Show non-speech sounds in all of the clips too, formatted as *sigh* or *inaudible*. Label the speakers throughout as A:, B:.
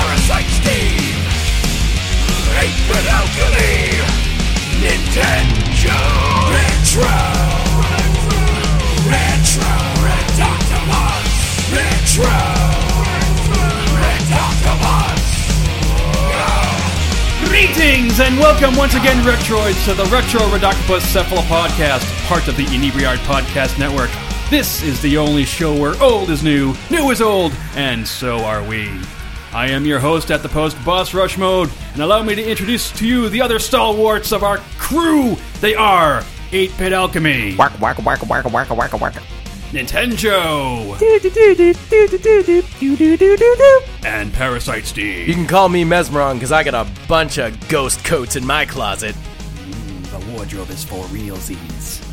A: 360 Hate with Alchemy Nintendo Retro Retro Red Octopus Retro Red Octopus
B: Greetings and welcome once again, Retroids, to the Retro Redoctopus Cephala Podcast, part of the Inebriard Podcast Network. This is the only show where old is new, new is old, and so are we. I am your host at the post, Boss Rush Mode, and allow me to introduce to you the other stalwarts of our crew. They are 8 Bit Alchemy,
C: Waka waka waka waka waka waka waka.
B: Nintendo, and Parasite
D: You
B: Steve.
D: can call me Mesmeron because I got a bunch of ghost coats in my closet.
B: The wardrobe is for realsies.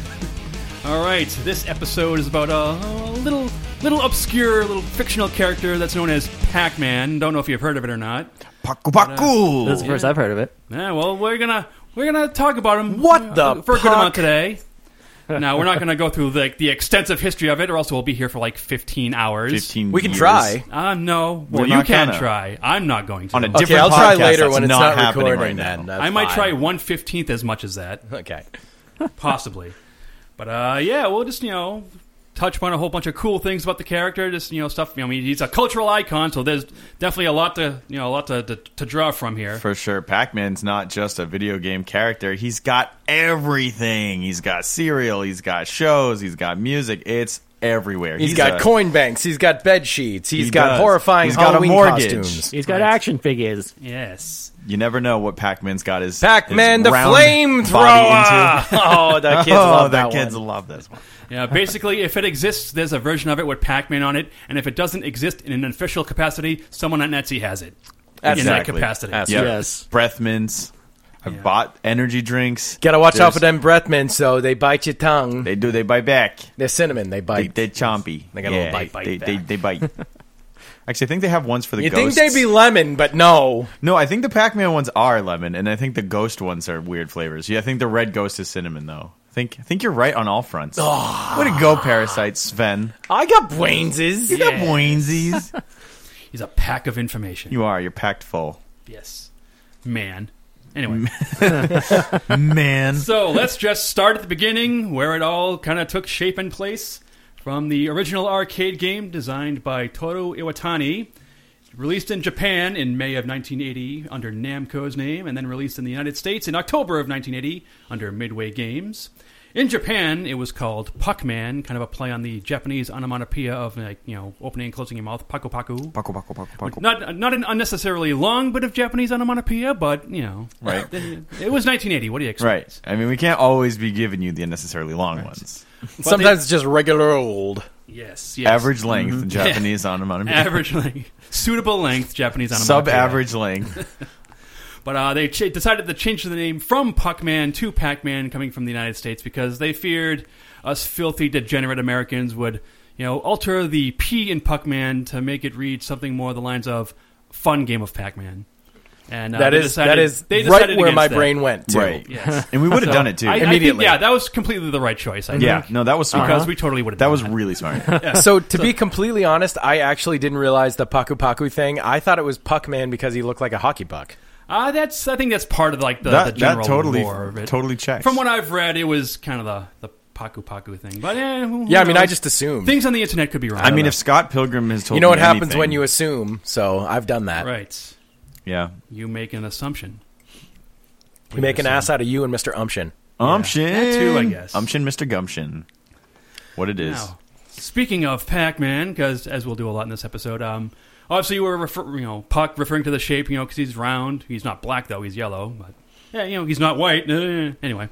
B: All right, this episode is about a little, little obscure, little fictional character that's known as Pac-Man. Don't know if you've heard of it or not. uh,
C: Paku paku.
E: That's the first I've heard of it.
B: Yeah, well, we're gonna we're gonna talk about him. uh,
D: What the
B: for a good amount
D: puck?
E: *laughs*
B: today. Now we're not gonna go through like the extensive history of it, or else we'll be here for like fifteen hours.
F: 15
D: We can
F: years.
D: try.
B: Uh, no, well,
F: We're
B: you
F: not
B: can
F: gonna.
B: try. I'm not going to.
F: On
B: I
F: a different
D: okay, I'll try
F: podcast,
D: later
F: that's
D: when it's
F: not
D: not,
F: happening
D: recording.
F: right now.
D: then. That's
B: might
D: fine.
B: try one fifteenth as much as that.
D: Okay.
B: possibly. but uh, yeah, we'll just you know touch upon a whole bunch of cool things about the character. Just you know stuff. You know, I mean, he's a cultural icon, so there's definitely a lot to you know a lot to to, to draw from here.
F: For sure, Pac-Man's not just a video game character. He's got everything. He's got cereal. He's got shows. He's got music. It's everywhere.
D: he's got
F: a-
D: coin banks. He's got bed sheets.
F: he
D: he's got
F: does.
D: horrifying
F: He's got
D: Halloween
F: a mortgage.
D: costumes.
E: He's got action figures.
B: yes.
F: You never know what Pac-Man's got his
D: Pac-Man
F: his
D: the
F: round body
D: flamethrower.
F: into.
D: *laughs* oh, the
F: *laughs*
D: kids
F: oh,
D: love
F: the
D: that
F: kids
D: one.
F: love this one.
B: Yeah, basically, if it exists, there's a version of it with Pac-Man on it, and if it doesn't exist in an official capacity, someone on Etsy has it in that
D: Exactly.
B: capacity.
D: That's-
F: Yep.
E: Yes.
F: breath mints. I have bought energy drinks.
D: Gotta watch out
F: There's-
D: for them breathmen, so they bite your tongue. They,
F: They do. They bite back.
D: are cinnamon. They
F: They,
D: bite.
F: they chompy.
D: They got a little bite,
F: They,
D: bite
F: they,
D: back. *laughs*
F: they bite. Actually, I think they have ones for the
D: you
F: ghosts.
D: think they'd be lemon, but no.
F: No, I think the Pac-Man ones are lemon, and I think the ghost ones are weird flavors. Yeah, I think the red ghost is cinnamon, though. I think I think you're right on all fronts.
B: Ah.
F: Way to go, Parasite Sven.
D: I got Wayneses.
F: You got boinsies.
B: He's a pack of information.
F: *laughs* you are. You're packed full.
B: yes, man. Anyway,
F: Man.
B: So let's just start at the beginning where it all kind of took shape and place from the original arcade game designed by Toru Iwatani, released in Japan in May of 1980 under Namco's name, and then released in the United States in October of 1980 under Midway Games. In Japan, it was called Puckman, kind of a play on the Japanese onomatopoeia of like you know opening and closing your mouth, paku paku.
F: Paco, paco, paco, paco.
B: Not not an unnecessarily long bit of Japanese onomatopoeia, but you know,
F: *laughs* Right.
B: it was 1980. What do you expect?
F: Right. I mean, we can't always be giving you the unnecessarily long ones.
D: Sometimes it's just regular old.
B: Yes, yes.
F: Average length, Japanese
B: *laughs*
F: onomatopoeia.
B: average length, suitable length Japanese onomatopoeia. *laughs*
F: Sub-average length.
B: But uh, they ch- decided to change the name from Puckman to Pac-Man, coming from the United States, because they feared us filthy, degenerate Americans would, you know, alter the P in Puckman to make it read something more the lines of "fun game of Pac-Man." And uh,
D: That
B: they
D: is
B: decided,
D: that is
B: they
D: right
B: decided
D: where
B: against
D: my
B: that.
D: brain went to.
F: Right. *laughs*
B: Yes.
F: And we would have done it, too.
B: I- I think,
D: Immediately.
B: yeah, that was completely the right choice. I
F: yeah.
B: think,
F: No, that was smart.
B: because we totally would have.
F: that was really
B: *laughs*
F: smart.
D: *laughs* So to be completely honest, I actually didn't realize the Paku Paku thing. I thought it was Puckman because he looked like a hockey puck.
B: Uh, that's I think that's part of like the,
F: That-
B: the
F: that
B: general
F: totally-
B: lore of it.
F: totally checks.
B: From what I've read, it was kind of the the paku paku thing. But eh, who- who
D: Yeah, I mean,
B: knows?
D: I just assumed.
B: things on the internet could be wrong.
F: I mean, if Scott Pilgrim has told
D: you know
F: me
D: what happens
F: anything-
D: when you assume. So I've done that.
B: right,
F: yeah.
B: you make an assumption.
D: You make an ass out of you and Mr. Umption.
F: Umption.
B: That too, I guess.
F: Umption, Mr. Um Gumption. What it is.
B: Now, speaking of Pac-Man, because as we'll do a lot in this episode, um, obviously we're refer- you know Puck referring to the shape, you know, because he's round. He's not black though; he's yellow. But yeah, you know, he's not white. Eh, Anyway,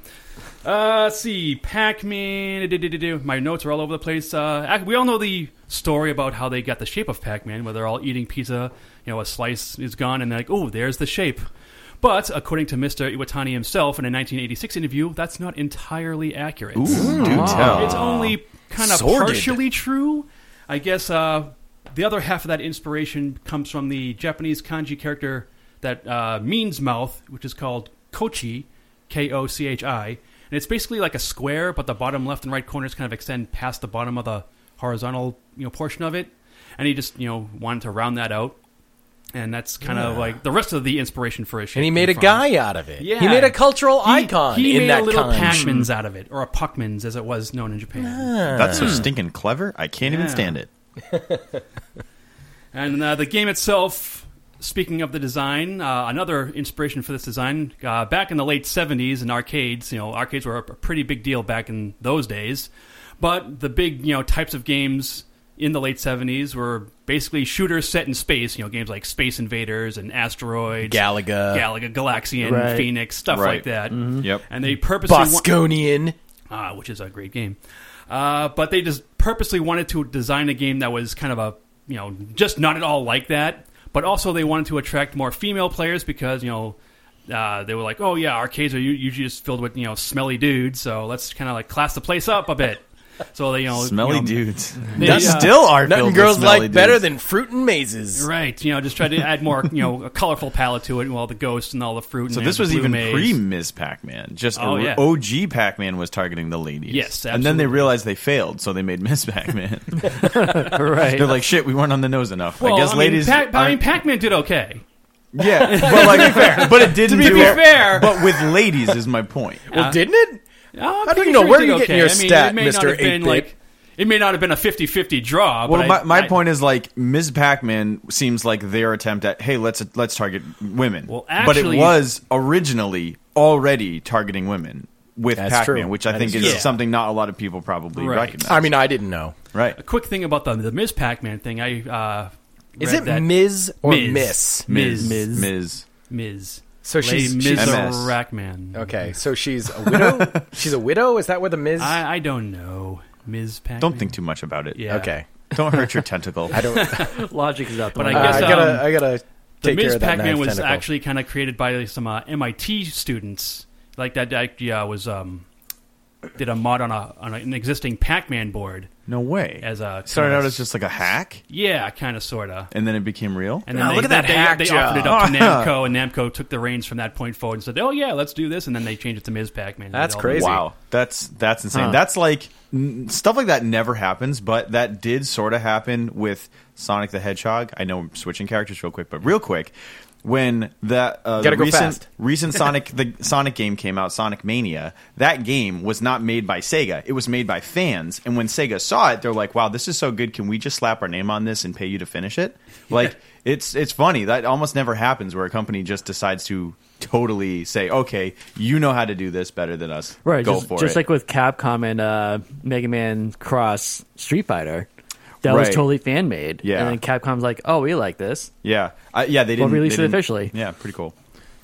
B: uh, let's see, Pac-Man. do-do-do-do-do. My notes are all over the place. Uh, ac- we all know the story about how they got the shape of Pac-Man, where they're all eating pizza. You know, a slice is gone, and they're like, "Oh, there's the shape." But according to Mr. Iwatani himself in a 1986 interview, that's not entirely accurate.
F: do tell.
B: Hmm. It's only kind of
D: Sordid.
B: partially true. I guess uh, the other half of that inspiration comes from the Japanese kanji character that uh, means mouth, which is called kochi, K O C H I. And it's basically like a square, but the bottom left and right corners kind of extend past the bottom of the horizontal you know, portion of it. And he just you know wanted to round that out. and that's kind of like the rest of the inspiration for his. shape
D: And he
B: came
D: made a
B: from.
D: guy out of it.
B: Yeah.
D: He made a cultural
B: He-
D: icon
B: He
D: in
B: made
D: that
B: a little
D: kind.
B: Pac-Mans out of it, or a Puckmans as it was known in Japan.
D: Ah.
F: That's so stinking clever. I can't even
B: Hmm. Yeah.
F: stand it.
B: And uh, the game itself, speaking of the design, uh, another inspiration for this design, uh, back in the late 70s in arcades, you know, arcades were a pretty big deal back in those days. But the big, you know, types of games in the late 70s were basically shooters set in space, you know, games like Space Invaders and Asteroids,
D: Galaga.
B: Galaga Galaxian,
E: Right.
B: Phoenix, stuff
F: Right.
B: like that.
D: Mm-hmm.
F: Yep.
B: And they purposely wa-
D: Bosconian.
B: uh, which is a great game. Uh, but they just purposely wanted to design a game that was kind of a you know just not at all like that. But also they wanted to attract more female players because you know uh, they were like, oh yeah, arcades are u- usually just filled with you know smelly dudes, so let's kind of like class the place up a bit. So they you know
F: Smelly
B: you know,
F: dudes.
B: they,
F: That's
B: uh,
F: still art.
D: Nothing girls like better than fruit and mazes.
B: Right, you know, just try to add more, you know, a colorful palette to it, and all the ghosts and all the fruit.
F: So
B: and
F: this
B: the
F: was
B: blue
F: even
B: maze.
F: pre *laughs* Ms. Pac-Man. Just
B: Oh,
F: or-
B: yeah.
F: OG Pac-Man was targeting the ladies.
B: Yes,
F: and then they
B: absolutely.
F: realized they failed, so they made
B: *laughs*
F: Ms. Pac-Man.
E: right.
F: They're like, shit, we weren't on the nose enough.
B: Well,
F: I guess ladies.
B: mean, Pac- I mean,
F: aren't-
B: Pac-Man did okay. *laughs*
F: yeah, but like, but it didn't.
B: To
F: do
B: be
F: it-
B: fair.
F: but with ladies is my point.
D: Well, didn't it?
B: Oh, I'm
D: I don't
B: pretty
D: know
B: sure
D: where
B: it
D: you're
B: did okay.
D: getting your
B: I mean,
D: stat,
B: it may not
D: Mr.
B: have been
D: 8-bit.
B: like it may not have been a 50-50 draw.
F: Well,
B: but
F: my,
B: I-
F: my
B: I-
F: point is like Ms. Pac-Man seems like their attempt at hey let's let's target women.
B: Well,
F: but
B: actually-
F: it was originally already targeting women with
D: That's
F: Pac-Man,
D: true.
F: which I
D: That
F: think
D: is
F: is
B: true.
F: something not a lot of people probably
B: Right.
F: recognize.
D: I mean, I didn't know.
F: right?
B: A quick thing about the the Ms. Pac-Man thing. I uh,
D: Is
B: read
D: it
B: that
D: Ms. or
B: Miz.
D: Miss?
B: Ms.
F: Ms.
E: Ms.
F: Ms.
B: Ms.
D: So
B: Lady
D: she's-
B: Ms.
D: she's-
F: MS.
B: Rackman.
D: Okay, so she's a widow. she's a widow. Is that where the Ms?
B: I, I don't know Ms. Pac-Man.
F: Don't think too much about it.
B: Yeah.
D: okay,
F: Don't hurt your tentacle.
D: *laughs* I don't. uh,
E: Logic is up.
B: But
D: I,
B: I guess,
D: gotta.
B: um,
D: I gotta
B: The
D: take care
B: Ms.
D: of that
B: Pac-Man
D: ninth
B: was
D: tentacle.
B: actually kind of created by some uh, MIT students. Like that, that yeah, was um, did a mod on a on an existing Pac-Man board
F: no way.
B: as a
F: started out as just like a hack,
B: yeah, kind of sorta.
F: and then it became real.
B: And then
D: Oh,
B: they,
D: look at that
B: they,
D: hack
B: they
D: job.
B: offered it up to Namco, and Namco took the reins from that point forward and said, "Oh yeah, let's do this." And then they changed it to Ms. Pac-Man. and
D: That's
B: all
D: crazy.
F: wow, that's that's insane. That's like n- stuff like that never happens, but that did sort of happen with Sonic the Hedgehog. I know I'm switching characters real quick, but real quick. When that uh,
D: Gotta
F: the
D: go
F: recent
D: fast.
F: *laughs* recent Sonic the Sonic game came out, Sonic Mania, that game was not made by Sega. It was made by fans, and when Sega saw it, they're like, "Wow, this is so good! Can we just slap our name on this and pay you to finish it?" Like, it's it's funny that almost never happens where a company just decides to totally say, "Okay, you know how to do this better than us.
E: right.
F: go
E: just
F: for
E: just
F: it."
E: like with Capcom and uh, Mega Man Cross Street Fighter. That was
F: Right.
E: totally fan made.
F: Yeah.
E: And then Capcom's like, oh, we like this.
F: Yeah, I, yeah, they didn't
E: release
F: they
E: it
F: didn't-
E: officially.
F: Yeah, pretty cool.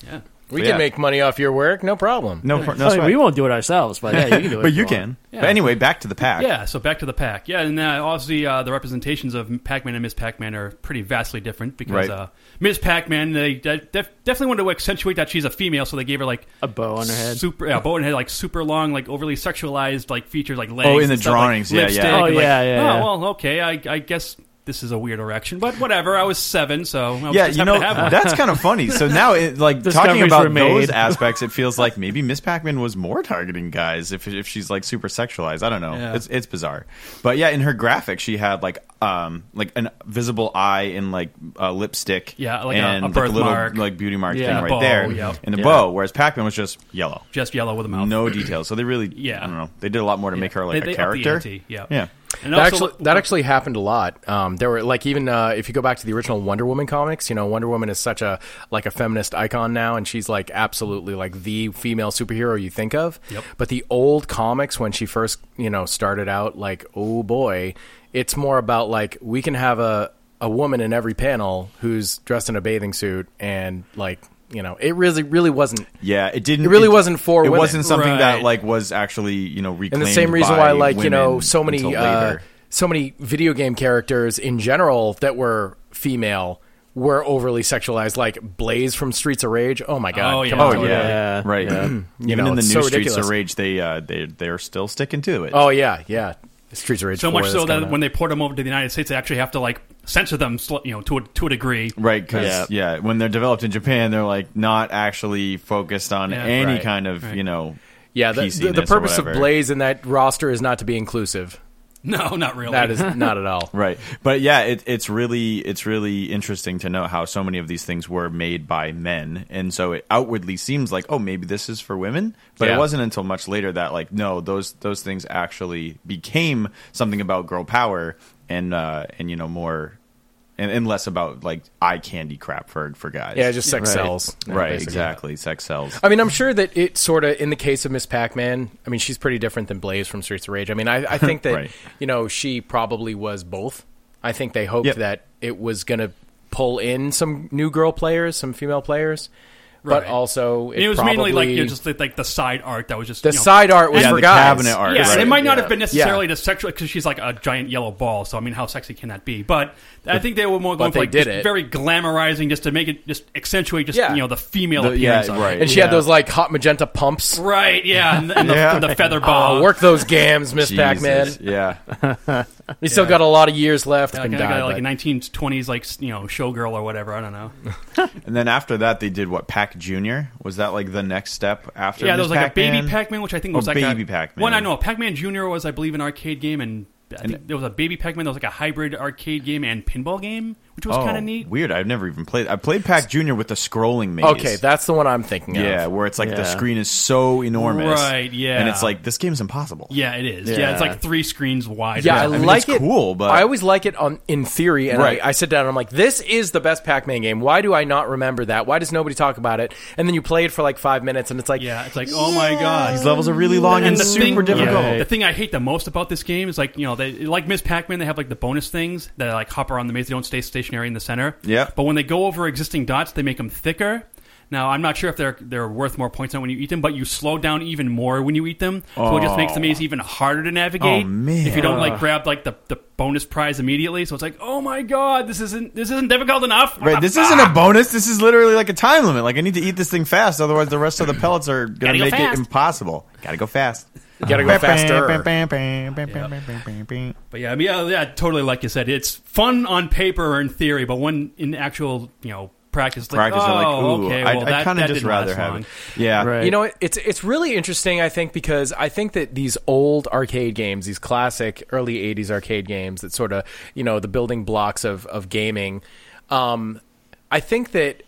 B: Yeah.
D: We
F: But
D: can
F: yeah.
D: make money off your work, no problem.
F: No, pro- no
E: I mean,
F: sweat.
E: we won't do it ourselves, but yeah, you can
F: *laughs*
E: do it.
F: but
E: if
F: you
E: want.
F: can. But anyway, back to the pack.
B: Yeah, so back to the pack. Yeah, and uh, obviously uh, the representations of Pac-Man and Ms. Pac-Man are pretty vastly different because
F: Right.
B: uh, Ms. Pac-Man they de- def- definitely wanted to accentuate that she's a female, so they gave her like
E: A bow on her head.
B: super yeah, bow and head like super long, like overly sexualized like features like legs.
F: Oh, in
B: and
F: the
B: stuff, like,
F: drawings, yeah, yeah.
B: lipstick,
E: Oh,
B: and, like,
E: yeah, yeah,
B: Oh
E: yeah.
B: well, okay, I, I guess this is a weird erection, but whatever. I was seven, so I was
F: Yeah,
B: just
F: you
B: happy
F: know
B: to have one.
F: that's kind of funny.
E: *laughs*
F: So now, it, like talking
E: Discoveries were
F: about
E: made.
F: those aspects, it feels like maybe Miss Pac-Man was more targeting guys if, if she's like super sexualized. I don't know. It's it's bizarre, but yeah, in her graphic, she had like um like an visible eye and like uh, lipstick,
B: Yeah, like a-
F: and
B: a
F: like,
B: birthmark.
F: little like beauty mark
E: Yeah,
F: thing
E: a
F: right
B: bow,
F: there,
B: yep.
F: and a
E: Yeah.
F: bow. Whereas Pac-Man was just yellow,
B: just yellow with a mouth.
F: no details. So they really,
B: Oh. Yeah.
F: I don't know. They did a lot more to make her like
B: They-
F: a
B: they upped the
F: character.
B: ante, yeah.
F: yeah.
B: And
D: That
B: also-
D: actually, that actually happened a lot. Um, there were like even uh, if you go back to the original Wonder Woman comics, you know Wonder Woman is such a like a feminist icon now, and she's like absolutely like the female superhero you think of.
B: Yep.
D: But the old comics when she first you know started out, like oh boy, it's more about like we can have a a woman in every panel who's dressed in a bathing suit and like you know it really really wasn't
F: Yeah, it didn't.
D: It really wasn't for
F: It
D: women.
F: wasn't something that
B: Right.
F: like was actually you know
D: and
F: reclaimed.
D: the same reason why
F: by
D: like you know
F: women
D: so
F: until
D: many uh,
F: later.
D: so many video game characters in general that were female were overly sexualized like blaze from streets of rage oh my god
B: Oh,
D: come
B: yeah.
D: on
F: oh
D: totally.
F: yeah,
E: yeah.
F: right.
E: Yeah.
D: *clears throat*
F: Even
D: know,
F: in the new
D: it's so
F: Streets
D: ridiculous.
F: of Rage, they uh, they they're still sticking to it.
D: oh yeah yeah streets of rage
B: So
D: 4
B: much
D: is
B: so
D: coming
B: that
D: out.
B: when they port them over to the United States, they actually have to like censor them, sl- you know, to a, to a degree. *laughs*
F: Right, because
D: Yeah.
F: yeah. when they're developed in Japan, they're like not actually focused on
B: Yeah.
F: any
D: Right.
F: kind of you know.
D: yeah the, the, the
F: PC-ness or
D: purpose of
F: whatever.
D: blaze in that roster is not to be inclusive
B: No, not really. *laughs*
D: That is not at all.
F: Right. But yeah, it, it's really it's really interesting to know how so many of these things were made by men, and so it outwardly seems like oh maybe this is for women, but
D: Yeah.
F: it wasn't until much later that like no those those things actually became something about girl power and uh, and you know more and, and less about like eye candy crap for for guys.
D: Yeah, just sex
F: right.
D: sells. Yeah,
F: right.
D: basically.
F: Exactly. Sex sells.
D: I mean, I'm sure that it sort of, in the case of Miss Pac-Man, I mean, she's pretty different than Blaze from Streets of Rage. I mean, I, I
F: *laughs*
D: think that
F: Right.
D: you know she probably was both. I think they hoped
F: Yep.
D: that it was going to pull in some new girl players, some female players,
B: Right.
D: but also it,
B: it was mainly like
D: probably-
B: you know, just like, like the side art that was just
D: the
B: you know,
D: side art was
F: Yeah,
D: for
F: the
D: guys.
F: cabinet art.
B: Yeah, and it
F: right,
B: might not
F: yeah.
B: have been necessarily the sexual because she's like a giant yellow ball. So I mean, how sexy can that be? But I think they were more going
D: they
B: for like
D: did
B: just
D: it.
B: very glamorizing, just to make it just accentuate just
D: Yeah.
B: you know the female
F: The-
B: appearance.
F: yeah,
B: of it.
F: right.
D: And she had those like hot magenta pumps.
B: right? Yeah, and,
D: *laughs*
B: and the,
F: Yeah.
B: the feather ball.
D: Oh, work those gams, Miss
F: Jesus.
D: Pac-Man.
F: Yeah.
D: We still got a lot of years left.
B: Like,
D: Couldn't
B: I got,
D: die,
B: like a
D: but-
B: 1920s like s- you know showgirl or whatever. I don't know.
F: And then after that, they did what Pac Junior was that like the next step after?
B: Yeah, there
F: Ms.
B: was like a
F: Pac-Man?
B: baby Pac-Man, which I think
F: Oh,
B: was like
F: baby
B: a,
F: Pac-Man.
B: One I know, Pac-Man Junior was, I believe, an arcade game, and I think there was a baby Pac-Man. There was like a hybrid arcade game and pinball game, which was
F: Oh,
B: kind of neat.
F: Weird. I've never even played. I played Pac Junior with the scrolling maze.
D: Okay, that's the one I'm thinking of.
F: yeah, where it's like the
E: Yeah.
F: screen is so enormous,
B: Right, yeah.
F: and it's like this game's impossible.
B: Yeah, it is. Yeah.
E: Yeah.
B: it's like three screens wide.
D: Yeah,
B: or
D: I,
B: something.
F: mean,
D: like
F: it's
D: it.
F: cool, but-
D: I always like it on in theory. And
F: Right.
D: I, I sit down and I'm like, this is the best Pac-Man game. Why do I not remember that? Why does nobody talk about it? And then you play it for like five minutes, and it's like,
B: Yeah, it's like oh my god,
F: these levels are really long and, super difficult.
B: yeah, the thing I hate the most about this game is like you know they like Miss Pac-Man. They have like the bonus things that like hop around the maze. They don't stay stationary in the center.
F: Yeah.
B: But when they go over existing dots, they make them thicker. Now I'm not sure if they're they're worth more points than when you eat them, but you slow down even more when you eat them, so it just makes the maze even harder to navigate.
F: Oh, man.
B: If you don't like grab like the, the bonus prize immediately, so it's like oh my god, this isn't this isn't difficult enough. What
F: Right,
B: the
F: this isn't a bonus. This is literally like a time limit. Like I need to eat this thing fast, otherwise the rest of the pellets are gonna
B: Gotta go
F: make it
B: fast.
F: impossible. Gotta go fast.
D: you gotta go faster.
B: But yeah, I mean, yeah, yeah, totally. Like you said, it's fun on paper or in theory, but when in actual, you know, practice, like,
F: Practice.
B: oh,
F: I'm like, ooh,
B: okay,
F: I,
B: well,
F: I
B: that,
F: kind of
B: that
F: just
B: didn't
F: rather
B: last
F: have
B: long.
F: it. Yeah,
E: Right.
D: You know, it- it's it's really interesting. I think because I think that these old arcade games, these classic early '80s arcade games, that sort of you know the building blocks of of gaming. Um, I think that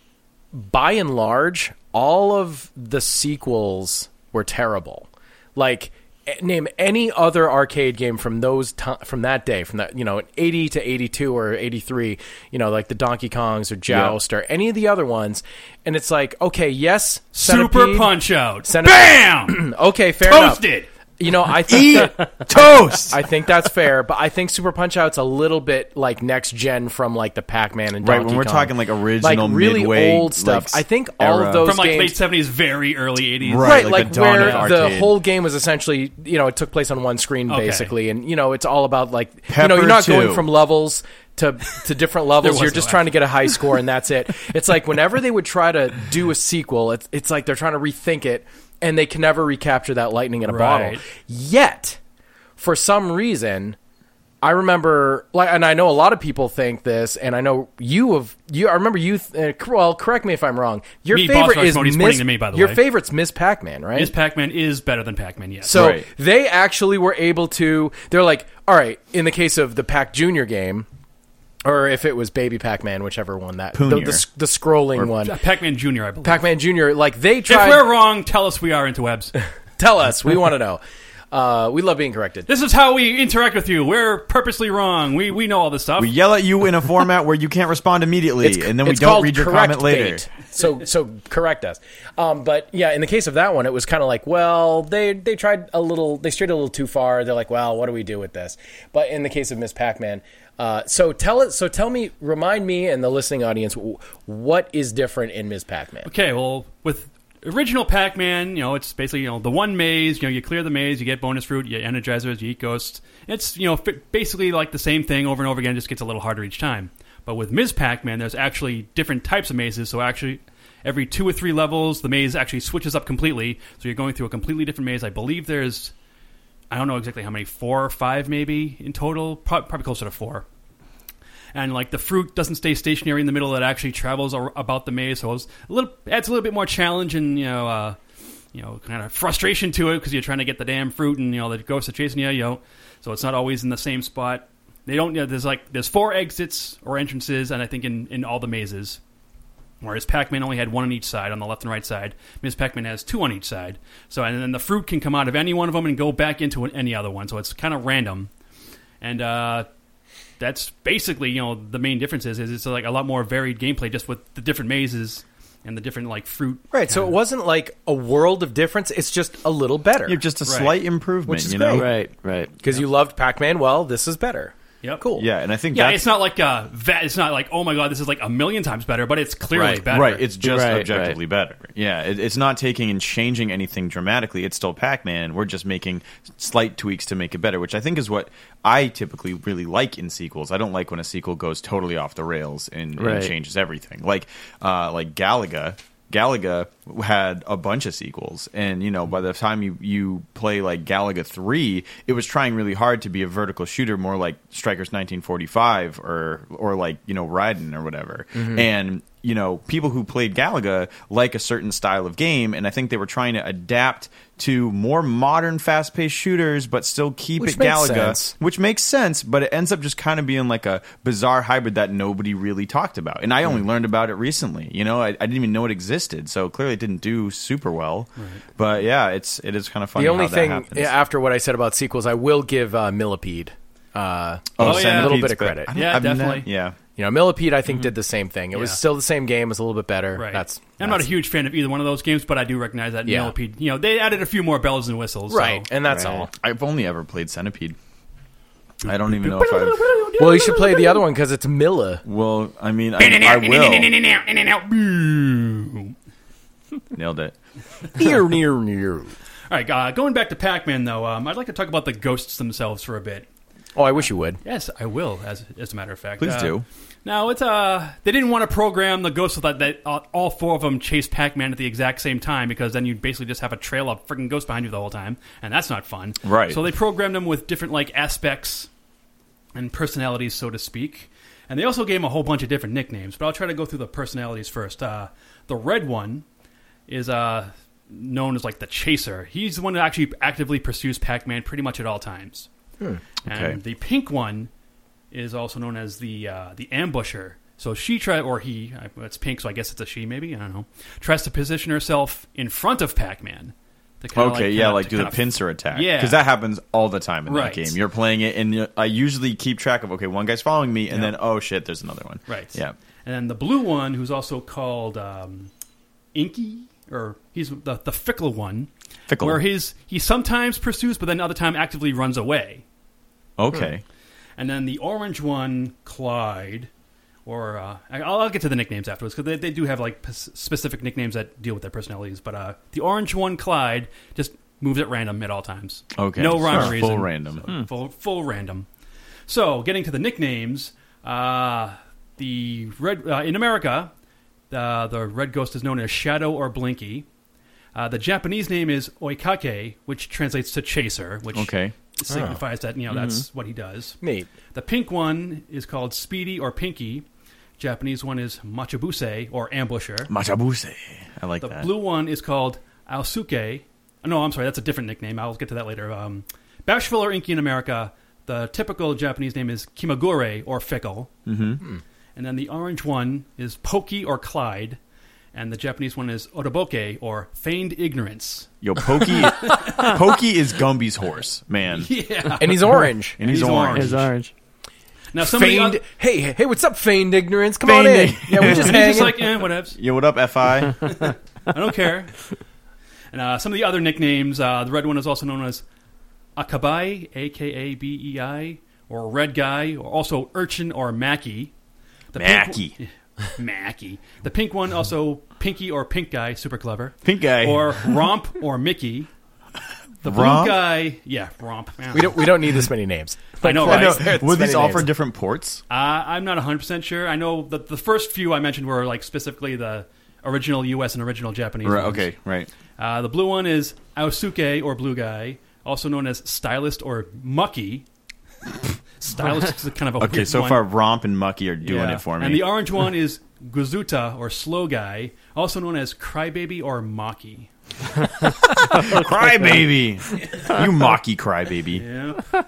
D: by and large, all of the sequels were terrible. Like eh, name any other arcade game from those ti from that day from that you know 80 to 82 or 83 you know like the donkey kongs or joust or any of the other ones and it's like okay yes
B: Super
D: Centipede-
B: punch out,
D: Centipede. *clears throat*
B: bam,
D: Okay, fair enough.
B: toasted.
D: You know, I think
F: eat
D: that,
F: toast.
D: I think that's fair, but I think Super Punch Out's a little bit like next gen from like the Pac Man and
F: Right,
D: Donkey
F: when we're
D: Kong.
F: talking, like, original
D: like, really
F: midway,
D: old stuff.
F: like,
D: I think all
F: era.
D: of those
B: From like
D: games,
B: late seventies, very early eighties.
D: right,
F: Right. like
D: like,
F: the dawn
D: where
F: of
D: the
F: arcade.
D: whole game was essentially you know it took place on one screen
B: Okay.
D: basically, and you know it's all about like you
F: Pepper
D: know you're not
F: two.
D: going from levels. To, to different levels,
B: was
D: you're
B: no
D: just trying to get a high score, and
B: *laughs*
D: that's it. It's like whenever they would try to do a sequel, it's, it's like they're trying to rethink it, and they can never recapture that lightning in a
B: Right.
D: bottle. Yet, for some reason, I remember, like, and I know a lot of people think this, and I know you have you. I remember you. Uh, cor- well, correct me if I'm wrong. Your
B: Me,
D: favorite
B: Boss
D: is
B: Rushmore, he's
D: Miss,
B: pointing to me, by the
D: your
B: way.
D: favorite's Miss Pac-Man, right?
B: Miss Pac-Man is better than Pac-Man. Yes.
D: so
F: Right.
D: they actually were able to. They're like, all right. In the case of the Pac Junior game, or if it was Baby Pac-Man, whichever one that the,
F: Punier.
D: the, s- the scrolling one,
B: Uh, Pac-Man Junior, I believe.
D: Pac-Man Junior. Like they
B: if
D: tried.
B: we're wrong, tell us we are interwebs.
D: Tell us. We want to know. Uh, we love being corrected.
B: this is how we interact with you. We're purposely wrong. We we know all this stuff.
F: We yell at you in a format where you can't respond immediately,
D: It's-
F: and then we
D: it's
F: don't
D: called
F: read your
D: correct
F: comment later.
D: bait. So so correct us. Um, but yeah, in the case of that one, it was kind of like, well, they they tried a little, they strayed a little too far. They're like, well, what do we do with this? But in the case of Miss Pac Man, uh, so tell it. So tell me, remind me and the listening audience, w- what is different in Ms. Pac Man?
B: Okay, well, with original Pac-Man, you know, it's basically you know the one maze. You know, you clear the maze, you get bonus fruit, you get energizers, you eat ghosts. It's you know fi- basically like the same thing over and over again. It just gets a little harder each time. But with Ms. Pac-Man, there's actually different types of mazes. So actually, every two or three levels, the maze actually switches up completely. So you're going through a completely different maze. I believe there's, I don't know exactly how many, four or five maybe in total. Prob- probably closer to four and like the fruit doesn't stay stationary in the middle; it actually travels ar- about the maze. So it's a little adds a little bit more challenge and you know uh, you know kind of frustration to it because you're trying to get the damn fruit and you know the ghosts are chasing you. You know, so it's not always in the same spot. They don't. You know, there's like there's four exits or entrances, and I think in in all the mazes. Whereas Pac-Man only had one on each side, on the left and right side. Ms. Pac-Man has two on each side. So, and then the fruit can come out of any one of them and go back into any other one. So it's kind of random, and uh, that's basically you know the main difference is, is it's like a lot more varied gameplay just with the different mazes and the different like fruit.
D: Right. So it wasn't like a world of difference. It's just a little better.
F: You're just a
B: Right.
F: slight improvement,
D: Which is
F: you know.
D: great.
E: Right, right.
D: because you loved Pac-Man. Well, this is better.
B: Yep.
D: Cool.
F: Yeah, and I think
B: Yeah,
F: that's
B: it's not like uh, va- it's not like oh my god, this is like a million times better, but it's clearly
D: Right,
B: better.
F: Right, it's just
E: Right,
F: objectively better. Yeah, it, it's not taking and changing anything dramatically. It's still Pac-Man. We're just making slight tweaks to make it better, which I think is what I typically really like in sequels. I don't like when a sequel goes totally off the rails and, and
E: Right.
F: changes everything. Like, uh, like Galaga. Galaga had a bunch of sequels, and you know, by the time you you play like Galaga three, it was trying really hard to be a vertical shooter, more like Strikers nineteen forty five or or like you know Raiden or whatever.
E: Mm-hmm.
F: And you know, people who played Galaga like a certain style of game, and I think they were trying to adapt to more modern, fast paced shooters, but still keep
D: Which
F: it
D: makes
F: Galaga
D: sense.
F: which makes sense, but it ends up just kind of being like a bizarre hybrid that nobody really talked about. And I
D: Hmm.
F: only learned about it recently. You know, I, I didn't even know it existed, so clearly it didn't do super well. But yeah, it's it is kind of funny.
D: The only
F: how
D: thing
F: that happens.
D: yeah, after what I said about sequels, I will give uh, Millipede. Uh,
B: Oh,
D: a
B: yeah.
D: little bit of
F: but
D: credit.
F: I don't-
B: Yeah,
F: I've ne-
B: definitely.
F: yeah,
D: You know, Millipede, I think did the same thing. It was
B: Mm-hmm. Yeah.
D: still the same game, it was a little bit better.
B: Right.
D: That's
B: I'm not a
D: that's-
B: huge fan of either one of those games, but I do recognize that
D: Yeah.
B: Millipede. You know, they added a few more bells and whistles. so-
D: right, and that's all.
F: I've only ever played Centipede. I don't even know if I've.
D: Well, you should play the other one because it's Milla.
F: Well, I mean, I, I will. Nailed it.
D: near, near, near.
B: All right, uh, going back to Pac-Man though, um, I'd like to talk about the ghosts themselves for a bit.
D: Oh, I wish you would.
B: Yes, I will. As as a matter of fact,
F: Please
B: Uh,
F: do.
B: Now it's uh, they didn't want to program the ghosts so that, that uh, all four of them chase Pac-Man at the exact same time because then you'd basically just have a trail of freaking ghosts behind you the whole time, and that's not fun.
F: Right.
B: So they programmed them with different like aspects and personalities, so to speak. And they also gave him a whole bunch of different nicknames, but I'll try to go through the personalities first. Uh, the red one is uh, known as like the chaser. He's the one that actually actively pursues Pac-Man pretty much at all times.
F: Hmm, Okay.
B: And the pink one is also known as the uh, the ambusher. So she try or he, I- it's pink, so I guess it's a she. Maybe I don't know. Tries to position herself in front of Pac-Man. to kinda,
F: Okay,
B: like,
F: yeah,
B: kinda-
F: like
B: to
F: do the
B: kinda
F: pincer attack.
B: Yeah.
F: because that happens all the time in
B: Right.
F: that game. You're playing it, and you- I usually keep track of okay, one guy's following me, and
B: Yeah.
F: then oh shit, there's another one.
B: Right.
F: Yeah.
B: And then the blue one, who's also called um, Inky, or he's the, the fickle one,
F: Fickle.
B: where he's he sometimes pursues, but then other time actively runs away.
F: Okay.
B: And then the orange one, Clyde, or uh, I- I'll, I'll get to the nicknames afterwards because they, they do have like p- specific nicknames that deal with their personalities. But uh, the orange one, Clyde, just moves at random at all times.
F: Okay.
B: no rhyme or
F: Sure.
B: reason.
F: Full random. Hmm.
B: So, Full full random. So getting to the nicknames, uh, the red uh, in America, uh, the red ghost is known as Shadow or Blinky. Uh, the Japanese name is Oikake, which translates to chaser, which
F: Okay. Mm-hmm.
B: signifies that you know that's what he does.
D: Neat.
B: The pink one is called Speedy or Pinky. Japanese one is Machibuse or Ambusher.
F: Machabuse. I like
B: Hmm. The
F: that.
B: blue one is called Aosuke. No, I'm sorry, that's a different nickname. I'll get to that later. Um, bashful or Inky in America, the typical Japanese name is Kimagure or Fickle. Mm-hmm. And then the orange one is Pokey or Clyde. And the Japanese one is Otoboke or Feigned Ignorance. *laughs*
F: Yo, Pokey. Pokey is Gumby's horse, man,
B: Yeah.
D: And
B: *laughs*
D: he's orange.
F: and he's,
B: He's
F: orange.
E: It's orange.
B: Now, some
D: feigned.
B: of the oth-
D: hey, hey, what's up, feigned ignorance? Come on
F: Feigned
D: in. Yeah, we're just
B: and *laughs* he's
D: hanging.
B: just like, eh, whatevs.
F: Yo, what up, Fi?
B: I don't
D: *laughs*
B: care. And uh, some of the other nicknames, uh, the red one is also known as Akabai, A K A B E I, or Red Guy, or also Urchin or Mackie. The pink-
F: Mackie.
B: Mackie. The pink one also Pinky or Pink Guy, super clever.
F: Pink guy.
B: Or Romp or Mickey. The blue
F: Romp?
B: guy, yeah, Romp. Uh, Yeah.
D: we don't. We don't need this many names.
B: *laughs* I know,
D: Like,
B: right?
D: there's
F: Were these
D: many
F: all for
D: names.
F: different ports?
B: Uh, I'm not 100% sure. I know that the first few I mentioned were like specifically the original US and original Japanese.
F: Right,
B: ones.
F: okay, right.
B: Uh, the blue one is Aosuke or Blue Guy, also known as Stylist or
F: *laughs*
B: Mucky. Stylist is kind of a
F: Okay,
B: weird
F: so
B: one.
F: far Romp and Mucky are doing
B: Yeah.
F: it for me.
B: And the orange one is Guzuta or Slow Guy, also known as Crybaby or Maki.
F: crybaby, *laughs* you mocky crybaby.
B: Yeah.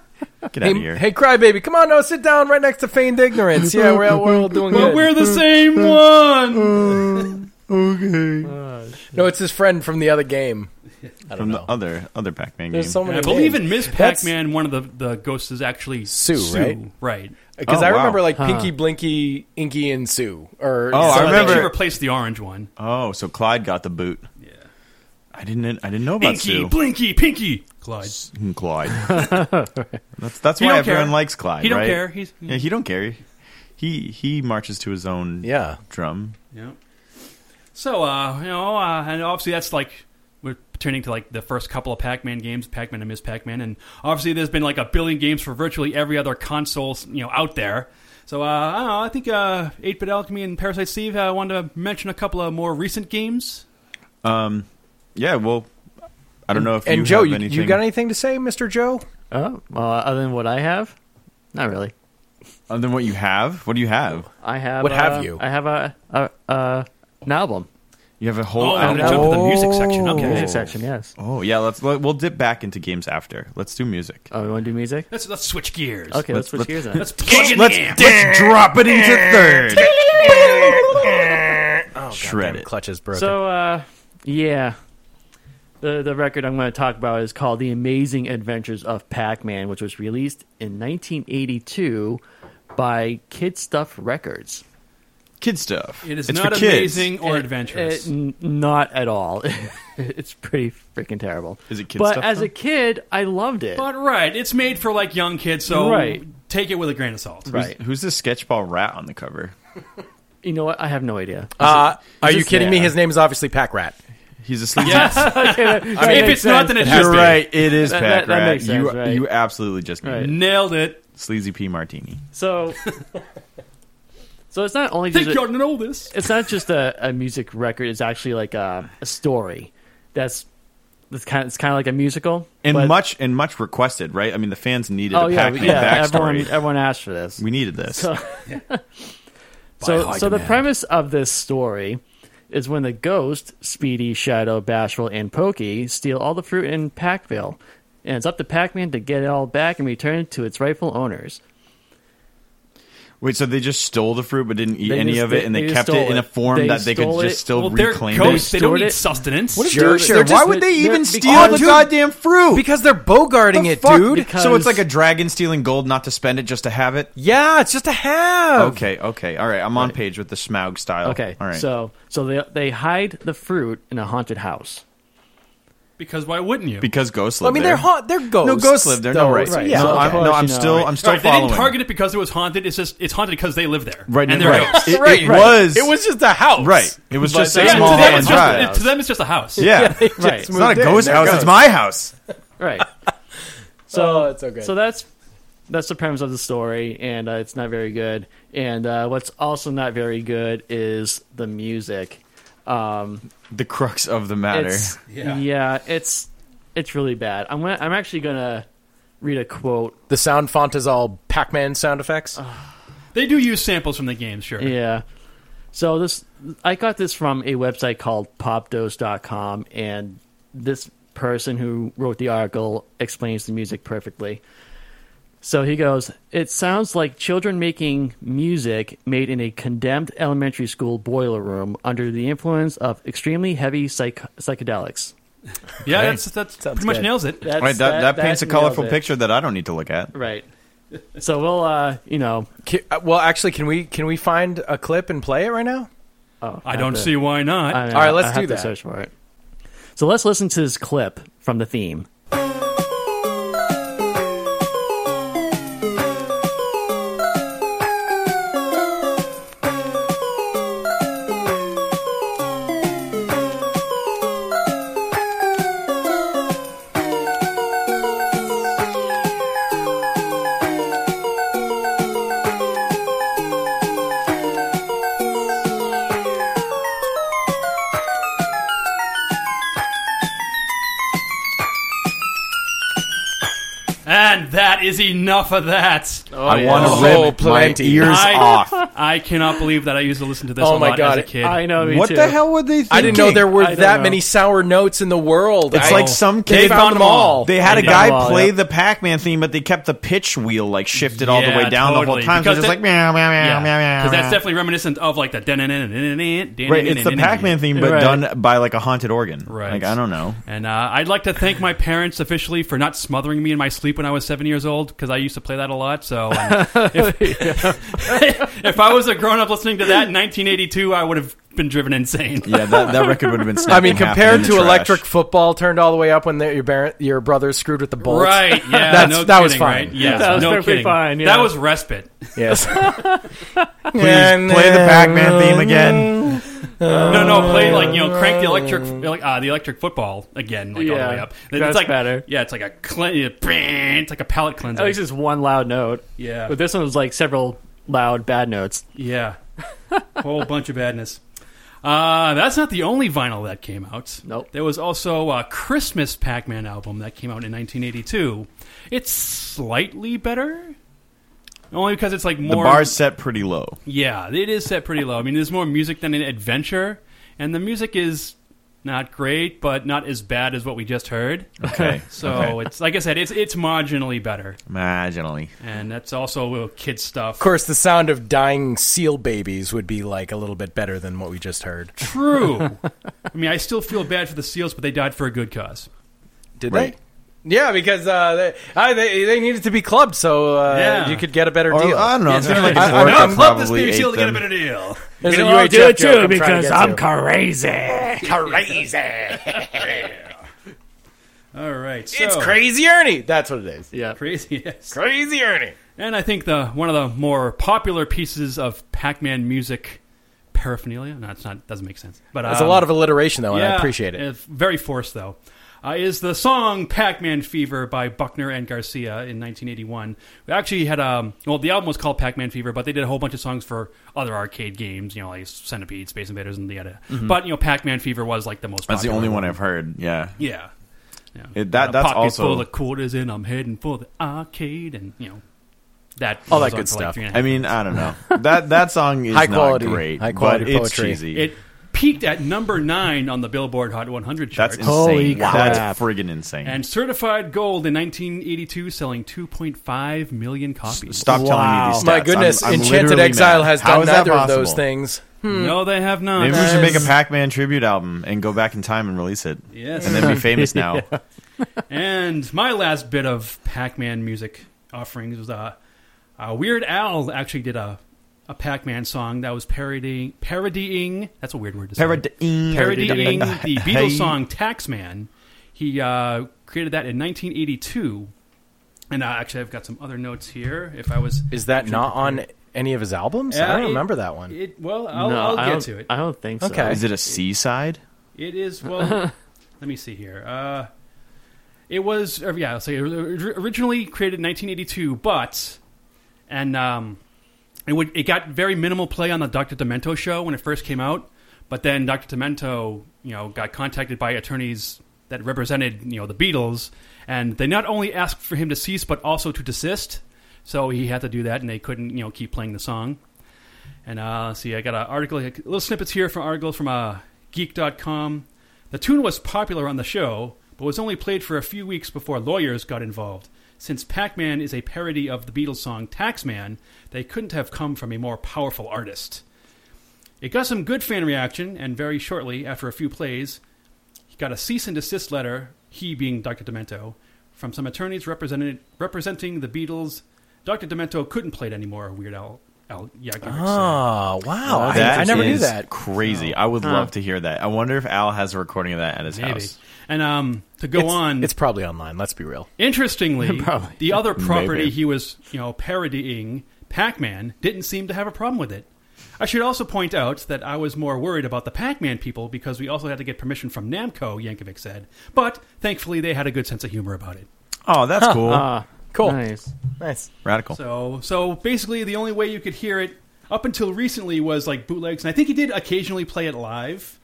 F: Get out
D: Hey,
F: of here.
D: hey, crybaby, come on, no, sit down right next to feigned ignorance. Yeah, we're all- we're all doing
B: But
D: good.
B: we're the same one.
D: No, it's his friend from the other game. I don't
F: From the
D: know.
F: other other Pac-Man
D: There's
F: game.
D: so many.
B: I believe
D: names.
B: in Miss
D: That's-
B: Pac-Man, one of the, the ghosts is actually
D: Sue, right?
B: Right.
D: Because
F: Oh,
D: I
F: wow.
D: remember like Pinky, Blinky, Inky, and Sue. Or
F: Oh,
D: something.
F: I
B: I think she
F: remember-
B: replaced the orange one.
F: Oh, so Clyde got the boot. Yeah. I didn't. I didn't know about
B: Inky,
F: *laughs* Sue.
B: Blinky, Pinky, Clyde. *laughs*
F: Mm, Clyde. that's that's
B: He
F: why
B: don't care.
F: everyone likes Clyde.
B: He don't
F: right?
B: care. He's-
F: yeah. He don't care. He he marches to his own
D: Yeah.
F: drum.
B: Yeah. So uh, you know, uh, and obviously that's like we're turning to like the first couple of Pac-Man games, Pac-Man and Miss Pac-Man, and obviously there's been like a billion games for virtually every other console you know out there. So uh, I don't know. I think uh, 8-Bit Alchemy and Parasite Steve uh, wanted to mention a couple of more recent games.
F: Yeah. Well, I don't know if
D: And
F: you
D: Joe,
F: have
D: you,
F: anything.
D: you got anything to say, Mister Joe?
E: Oh, well, other than what I have, not really.
F: other than what you have? What do you have?
E: I have.
D: What have
E: uh,
D: you?
E: I have a, a, a an album
F: You have a whole.
B: I'm
F: album?
B: gonna jump to the music section. Okay.
E: music section. Yes.
F: Oh yeah, let's let, we'll dip back into games after. Let's do music.
E: Oh, you want to do music?
B: Let's let's switch gears.
E: Okay, let's,
F: let's-
E: switch gears then.
B: Let's plug it
F: let's,
B: in.
F: let's drop it into third. Shred it.
D: Clutch is broken.
E: So, uh, yeah. The, the record I'm going to talk about is called The Amazing Adventures of Pac Man, which was released in 1982 by Kid Stuff Records.
F: Kid stuff.
B: It is
F: It's for
B: not
F: kids.
B: amazing or adventurous.
E: It, n- not at all. *laughs* it's pretty freaking terrible.
F: Is it Kid
E: But
F: Stuff,
E: as
F: though?
E: a kid, I loved it.
B: but right, it's made for like young kids, so
E: Right.
B: take it with a grain of salt.
F: Who's, who's this sketchball rat on the cover?
E: You know what? I have no idea.
D: uh, are
E: is
D: you
E: this
D: kidding me?
E: there?
D: His name is obviously Pack Rat.
F: He's a sleazy. *laughs*
B: Yes. if it's not, then it has
F: You're
B: to.
F: right. It is
E: That-
F: Pack
E: that- that
F: Rat.
E: makes
F: you
E: sense, right?
F: you absolutely just named
E: Right.
F: it.
B: Nailed it.
F: sleazy P martini.
E: So, *laughs* so it's not only
B: Think
E: just
B: you
E: a-
B: ought to know this.
E: it's not just a, a music record. It's actually like a, a story. That's that's kind. Of, it's kind of like a musical.
F: And
E: but-
F: much and much requested, right? I mean, the fans needed
E: Oh
F: a
E: yeah,
F: Pac-Man
E: yeah.
F: backstory.
E: Everyone, everyone asked for this.
F: we needed this.
E: So,
D: By
E: so the
D: Hageman.
E: premise of this story is when the ghost, Speedy, Shadow, Bashful, and Pokey steal all the fruit in Packville, and it's up to Pac-Man to get it all back and return it to its rightful owners.
F: Wait, so they just stole the fruit but didn't eat
E: They
F: any
E: just-
F: of it, and
E: they-
F: they,
E: they
F: kept
E: stole
F: it in a
E: it.
F: form
E: They
F: that they could
E: stole
F: just
E: it.
F: still
B: Well, they're
F: reclaim
B: ghosts. They, don't
E: stored
B: need
E: it.
B: sustenance.
D: What if
F: Sure,
D: They're
F: sure.
D: just-
F: Why would they
E: they're-
F: even
E: because-
F: steal the
D: Dude,
F: goddamn fruit?
D: Because they're bogarting
F: The
D: it,
F: fuck?
D: dude.
E: Because-
F: So it's like a dragon stealing gold not to spend it just to have it?
D: Yeah, it's just a have.
F: Okay, okay. All right, I'm on page with the Smaug style.
E: Okay,
F: All right.
E: so so they they hide the fruit in a haunted house.
B: Because why wouldn't you?
F: because ghosts live
D: I mean,
F: there.
D: they're haunt. They're ghosts.
F: No ghosts live there. No,
D: though,
F: right.
E: right.
D: Yeah.
F: No,
E: So-
F: I'm,
E: Okay.
F: no, I'm
E: You know,
F: still,
E: right.
F: I'm still
B: Right, they
F: following.
B: didn't target it because it was haunted. It's just it's haunted because they live there.
F: Right,
B: and they're
F: right.
B: ghosts.
F: It,
D: Right,
F: it
D: right.
F: was.
D: It was just a house.
F: Right. It was
D: But-
F: just a
B: Yeah, to,
F: small
B: them,
F: Holland
B: it's just,
F: Drive.
B: to them, it's just a house.
F: Yeah.
D: They just
E: Right. It's
F: It's not a
D: moved in.
F: ghost
D: They're
F: house. It's
D: ghosts.
F: my house.
D: *laughs*
E: Right. So
D: Oh, that's so good.
E: So that's that's the premise of the story, and uh, it's not very good. And uh, what's also not very good is the music. Um,
F: The crux of the matter.
E: it's,
B: Yeah.
E: yeah. it's it's really bad. I'm gonna, I'm actually gonna read a quote.
D: The sound font is all Pac-Man sound effects.
B: They do use samples from the game, sure.
E: Yeah. So this I got this from a website called popdose.com and this person who wrote the article explains the music perfectly. So he goes, "It sounds like children making music made in a condemned elementary school boiler room under the influence of extremely heavy psych- psychedelics."
B: Yeah, that's that's pretty much
D: good.
B: nails it.
E: That's,
F: Right, that, that, paints a
E: nails
F: colorful
E: it.
F: picture that I don't need to look at.
E: Right. So we'll uh, you know,
D: Ki- uh, well, actually, can we can we find a clip and play it right now?
E: oh,
B: I don't
E: have to-
B: see why not.
E: I know,
D: All right, let's
E: I have
D: do
E: to
D: that.
E: search for it. So let's listen to this clip from the theme.
B: and that is enough of that.
F: I want
D: yeah.
F: to rip
D: Oh,
F: my
D: plenty.
F: ears
B: I- *laughs*
F: off.
B: I cannot believe that I used to listen to this
D: Oh
B: a
D: my
B: lot
D: God,
B: as a kid.
E: I know. Me
F: what
E: too.
F: the hell were they? Thinking?
D: I didn't know there
E: I
D: were
E: don't
D: that
E: know.
D: many sour notes in the world.
F: It's
D: I-
F: like some
D: They
F: kid
D: found them all.
F: They had
E: They
F: a
E: found
F: guy
E: them all,
F: play
E: yeah.
F: the Pac-Man theme, but they kept the pitch wheel like shifted all the
B: Yeah,
F: way down the whole
B: totally.
F: time. So
B: Because
F: it's
B: that-
F: like meow meow meow
B: Yeah,
F: meow meow.
B: because that's
F: meow.
B: definitely reminiscent of like the right.
F: right. It's the Pac-Man theme, but
E: Right.
F: done by like a haunted organ.
B: Right.
F: Like I don't know.
B: *laughs* And uh, I'd like to thank my parents officially for not smothering me in my sleep when I was seven years old because I used to play that a lot. So
F: *laughs*
B: um, if, *laughs* if I was a grown up listening to that in 1982, I would have been driven insane.
F: Yeah, that, that record would have been.
D: I
F: snapped
D: mean,
F: in half
D: compared
F: and in
D: to
F: the trash.
D: electric football turned all the way up when the, your bar- your brother screwed with the bolts.
B: Right? Yeah.
D: That's-
B: no
D: that was
B: kidding,
D: fine.
B: Right? Yeah.
E: That was
B: no
E: perfectly
B: kidding.
E: fine, yeah.
B: That was respite.
D: *laughs* Yes.
F: Please play the Pac-Man theme again.
B: No, no, play like you know, crank the electric, uh, the electric football again, like all the
E: Yeah,
B: way up.
E: that's
B: it's like,
E: better.
B: Yeah, it's like a cle- it's like a palate cleanser.
E: At least it's one loud note.
B: Yeah.
E: But this one was like several loud bad notes.
B: Yeah, whole bunch of badness. Uh, that's not the only vinyl that came out.
E: Nope.
B: There was also a Christmas Pac-Man album that came out in 1982. It's slightly better, only because it's like
F: The
B: more.
F: bar's set pretty low.
B: Yeah, it is set pretty low. I mean, there's more music than an adventure, and the music is not great, but not as bad as what we just
F: *laughs*
B: heard.
F: Okay.
B: So it's like I said, it's it's marginally better,
F: Marginally.
B: and that's also little kid stuff.
D: Of course, the sound of dying seal babies would be like a little bit better than what we just heard.
B: True. I mean, I still feel bad for the seals, but they died for a good cause.
D: Did
F: Right.
D: they? Yeah, because uh, they, I, they they needed to be clubbed, so uh,
B: Yeah.
D: you could get a better
F: Or,
D: deal.
F: I don't know. I'm thinking like
D: I-
F: his
D: I- I
F: orca
D: know,
B: Oh, Love this
F: probably
B: new seal
F: ate
B: to get a
F: them.
B: better deal.
D: There's
E: You'll
D: an
E: all
D: UHF
E: do
D: joke
E: it too,
D: I'm trying to
E: because
D: get
E: I'm
D: to.
B: All right, so,
D: *laughs* It's Crazy Ernie. That's what it is.
E: Yeah.
B: Crazy, yes.
D: Crazy Ernie.
B: And I think the one of the more popular pieces of Pac-Man music paraphernalia. No, it's not. Doesn't make sense. But
D: That's a lot of alliteration, though, and I appreciate it.
B: It's very forced though. Uh, is the song "Pac-Man Fever" by Buckner and Garcia in 1981? We actually had um, well, the album was called "Pac-Man Fever," but they did a whole bunch of songs for other arcade games, you know, like Centipede, Space Invaders, and the other. But you know, "Pac-Man Fever" was like the most.
F: Mm-hmm. That's the
B: popular
F: only one I've heard. Yeah.
B: Yeah. yeah.
F: It- that- that's
B: pocket
F: also-
B: full of quarters and I'm heading for the arcade and you know that
D: All
B: goes on
D: that good
B: for, like,
D: stuff.
B: three and a
F: I
B: half
F: mean, I don't know. That that song is
D: High
F: not
D: quality-
F: great.
D: high quality
F: but it's
D: poetry.
F: cheesy.
B: minutes. it peaked at number nine on the Billboard Hot 100 chart
F: That's insane.
E: Holy crap.
F: That's friggin' insane.
B: and certified gold in 1982, selling 2.5 million copies.
F: Stop telling me these stats.
D: My goodness,
F: I'm- I'm
D: Enchanted
F: literally
D: Exile
F: mad.
D: has
F: How
D: done
F: is that
D: neither of those
F: possible?
D: things.
E: Hmm.
B: No, they have not.
F: Maybe we should make a Pac-Man tribute album and go back in time and release it.
B: Yes.
F: And then be *laughs* famous now.
B: And my last bit of Pac-Man music offerings was uh, uh, Weird Al actually did a a Pac-Man song that was parodying parodying. That's a weird word to say. parodying the
F: Hey.
B: Beatles song "Taxman." He uh, created that in 1982. And uh, actually, I've got some other notes here. If I was,
D: Is that not on any of his albums? I
B: Uh,
D: don't
B: it-
D: remember that one.
B: It, well, I'll,
E: no,
B: I'll
E: I
B: get
E: don't-
B: to it.
E: I don't think so.
D: Okay.
F: Is it a seaside?
B: It is well. let me see here. Uh, it was or, yeah. I'll say it was originally created in 1982, but and um, it would it got very minimal play on the Dr. Demento show when it first came out. But then Dr. Demento, you know, got contacted by attorneys that represented you know the Beatles, and they not only asked for him to cease but also to desist. So he had to do that, and they couldn't you know keep playing the song. And uh, let's see, I got an article, little snippets here from articles from uh, geek.com. The tune was popular on the show, but was only played for a few weeks before lawyers got involved. Since Pac Man is a parody of the Beatles song Taxman, they couldn't have come from a more powerful artist. It got some good fan reaction, and very shortly, after a few plays, he got a cease and desist letter, he being Dr. Demento, from some attorneys represented, representing the Beatles. Dr. Demento couldn't play it anymore, Weird Al, Al Yankovic. said.
D: Oh wow! I,
F: That
D: I never knew
F: is
D: that.
F: Crazy. I would love to hear that. I wonder if Al has a recording of that at his
B: Maybe.
F: house.
B: And um, to go
D: it's,
B: on,
D: It's probably online. Let's be real.
B: interestingly,
E: Probably.
B: the other property
F: Maybe.
B: he was, you know, parodying, Pac-Man, didn't seem to have a problem with it. I should also point out that I was more worried about the Pac-Man people because we also had to get permission from Namco, Yankovic said. But thankfully, they had a good sense of humor about it.
F: Oh, that's cool.
D: Uh,
E: Ah,
D: Cool.
E: Nice.
D: Nice.
F: Radical.
B: So, so basically, the only way you could hear it up until recently was like bootlegs, and I think he did occasionally play it live.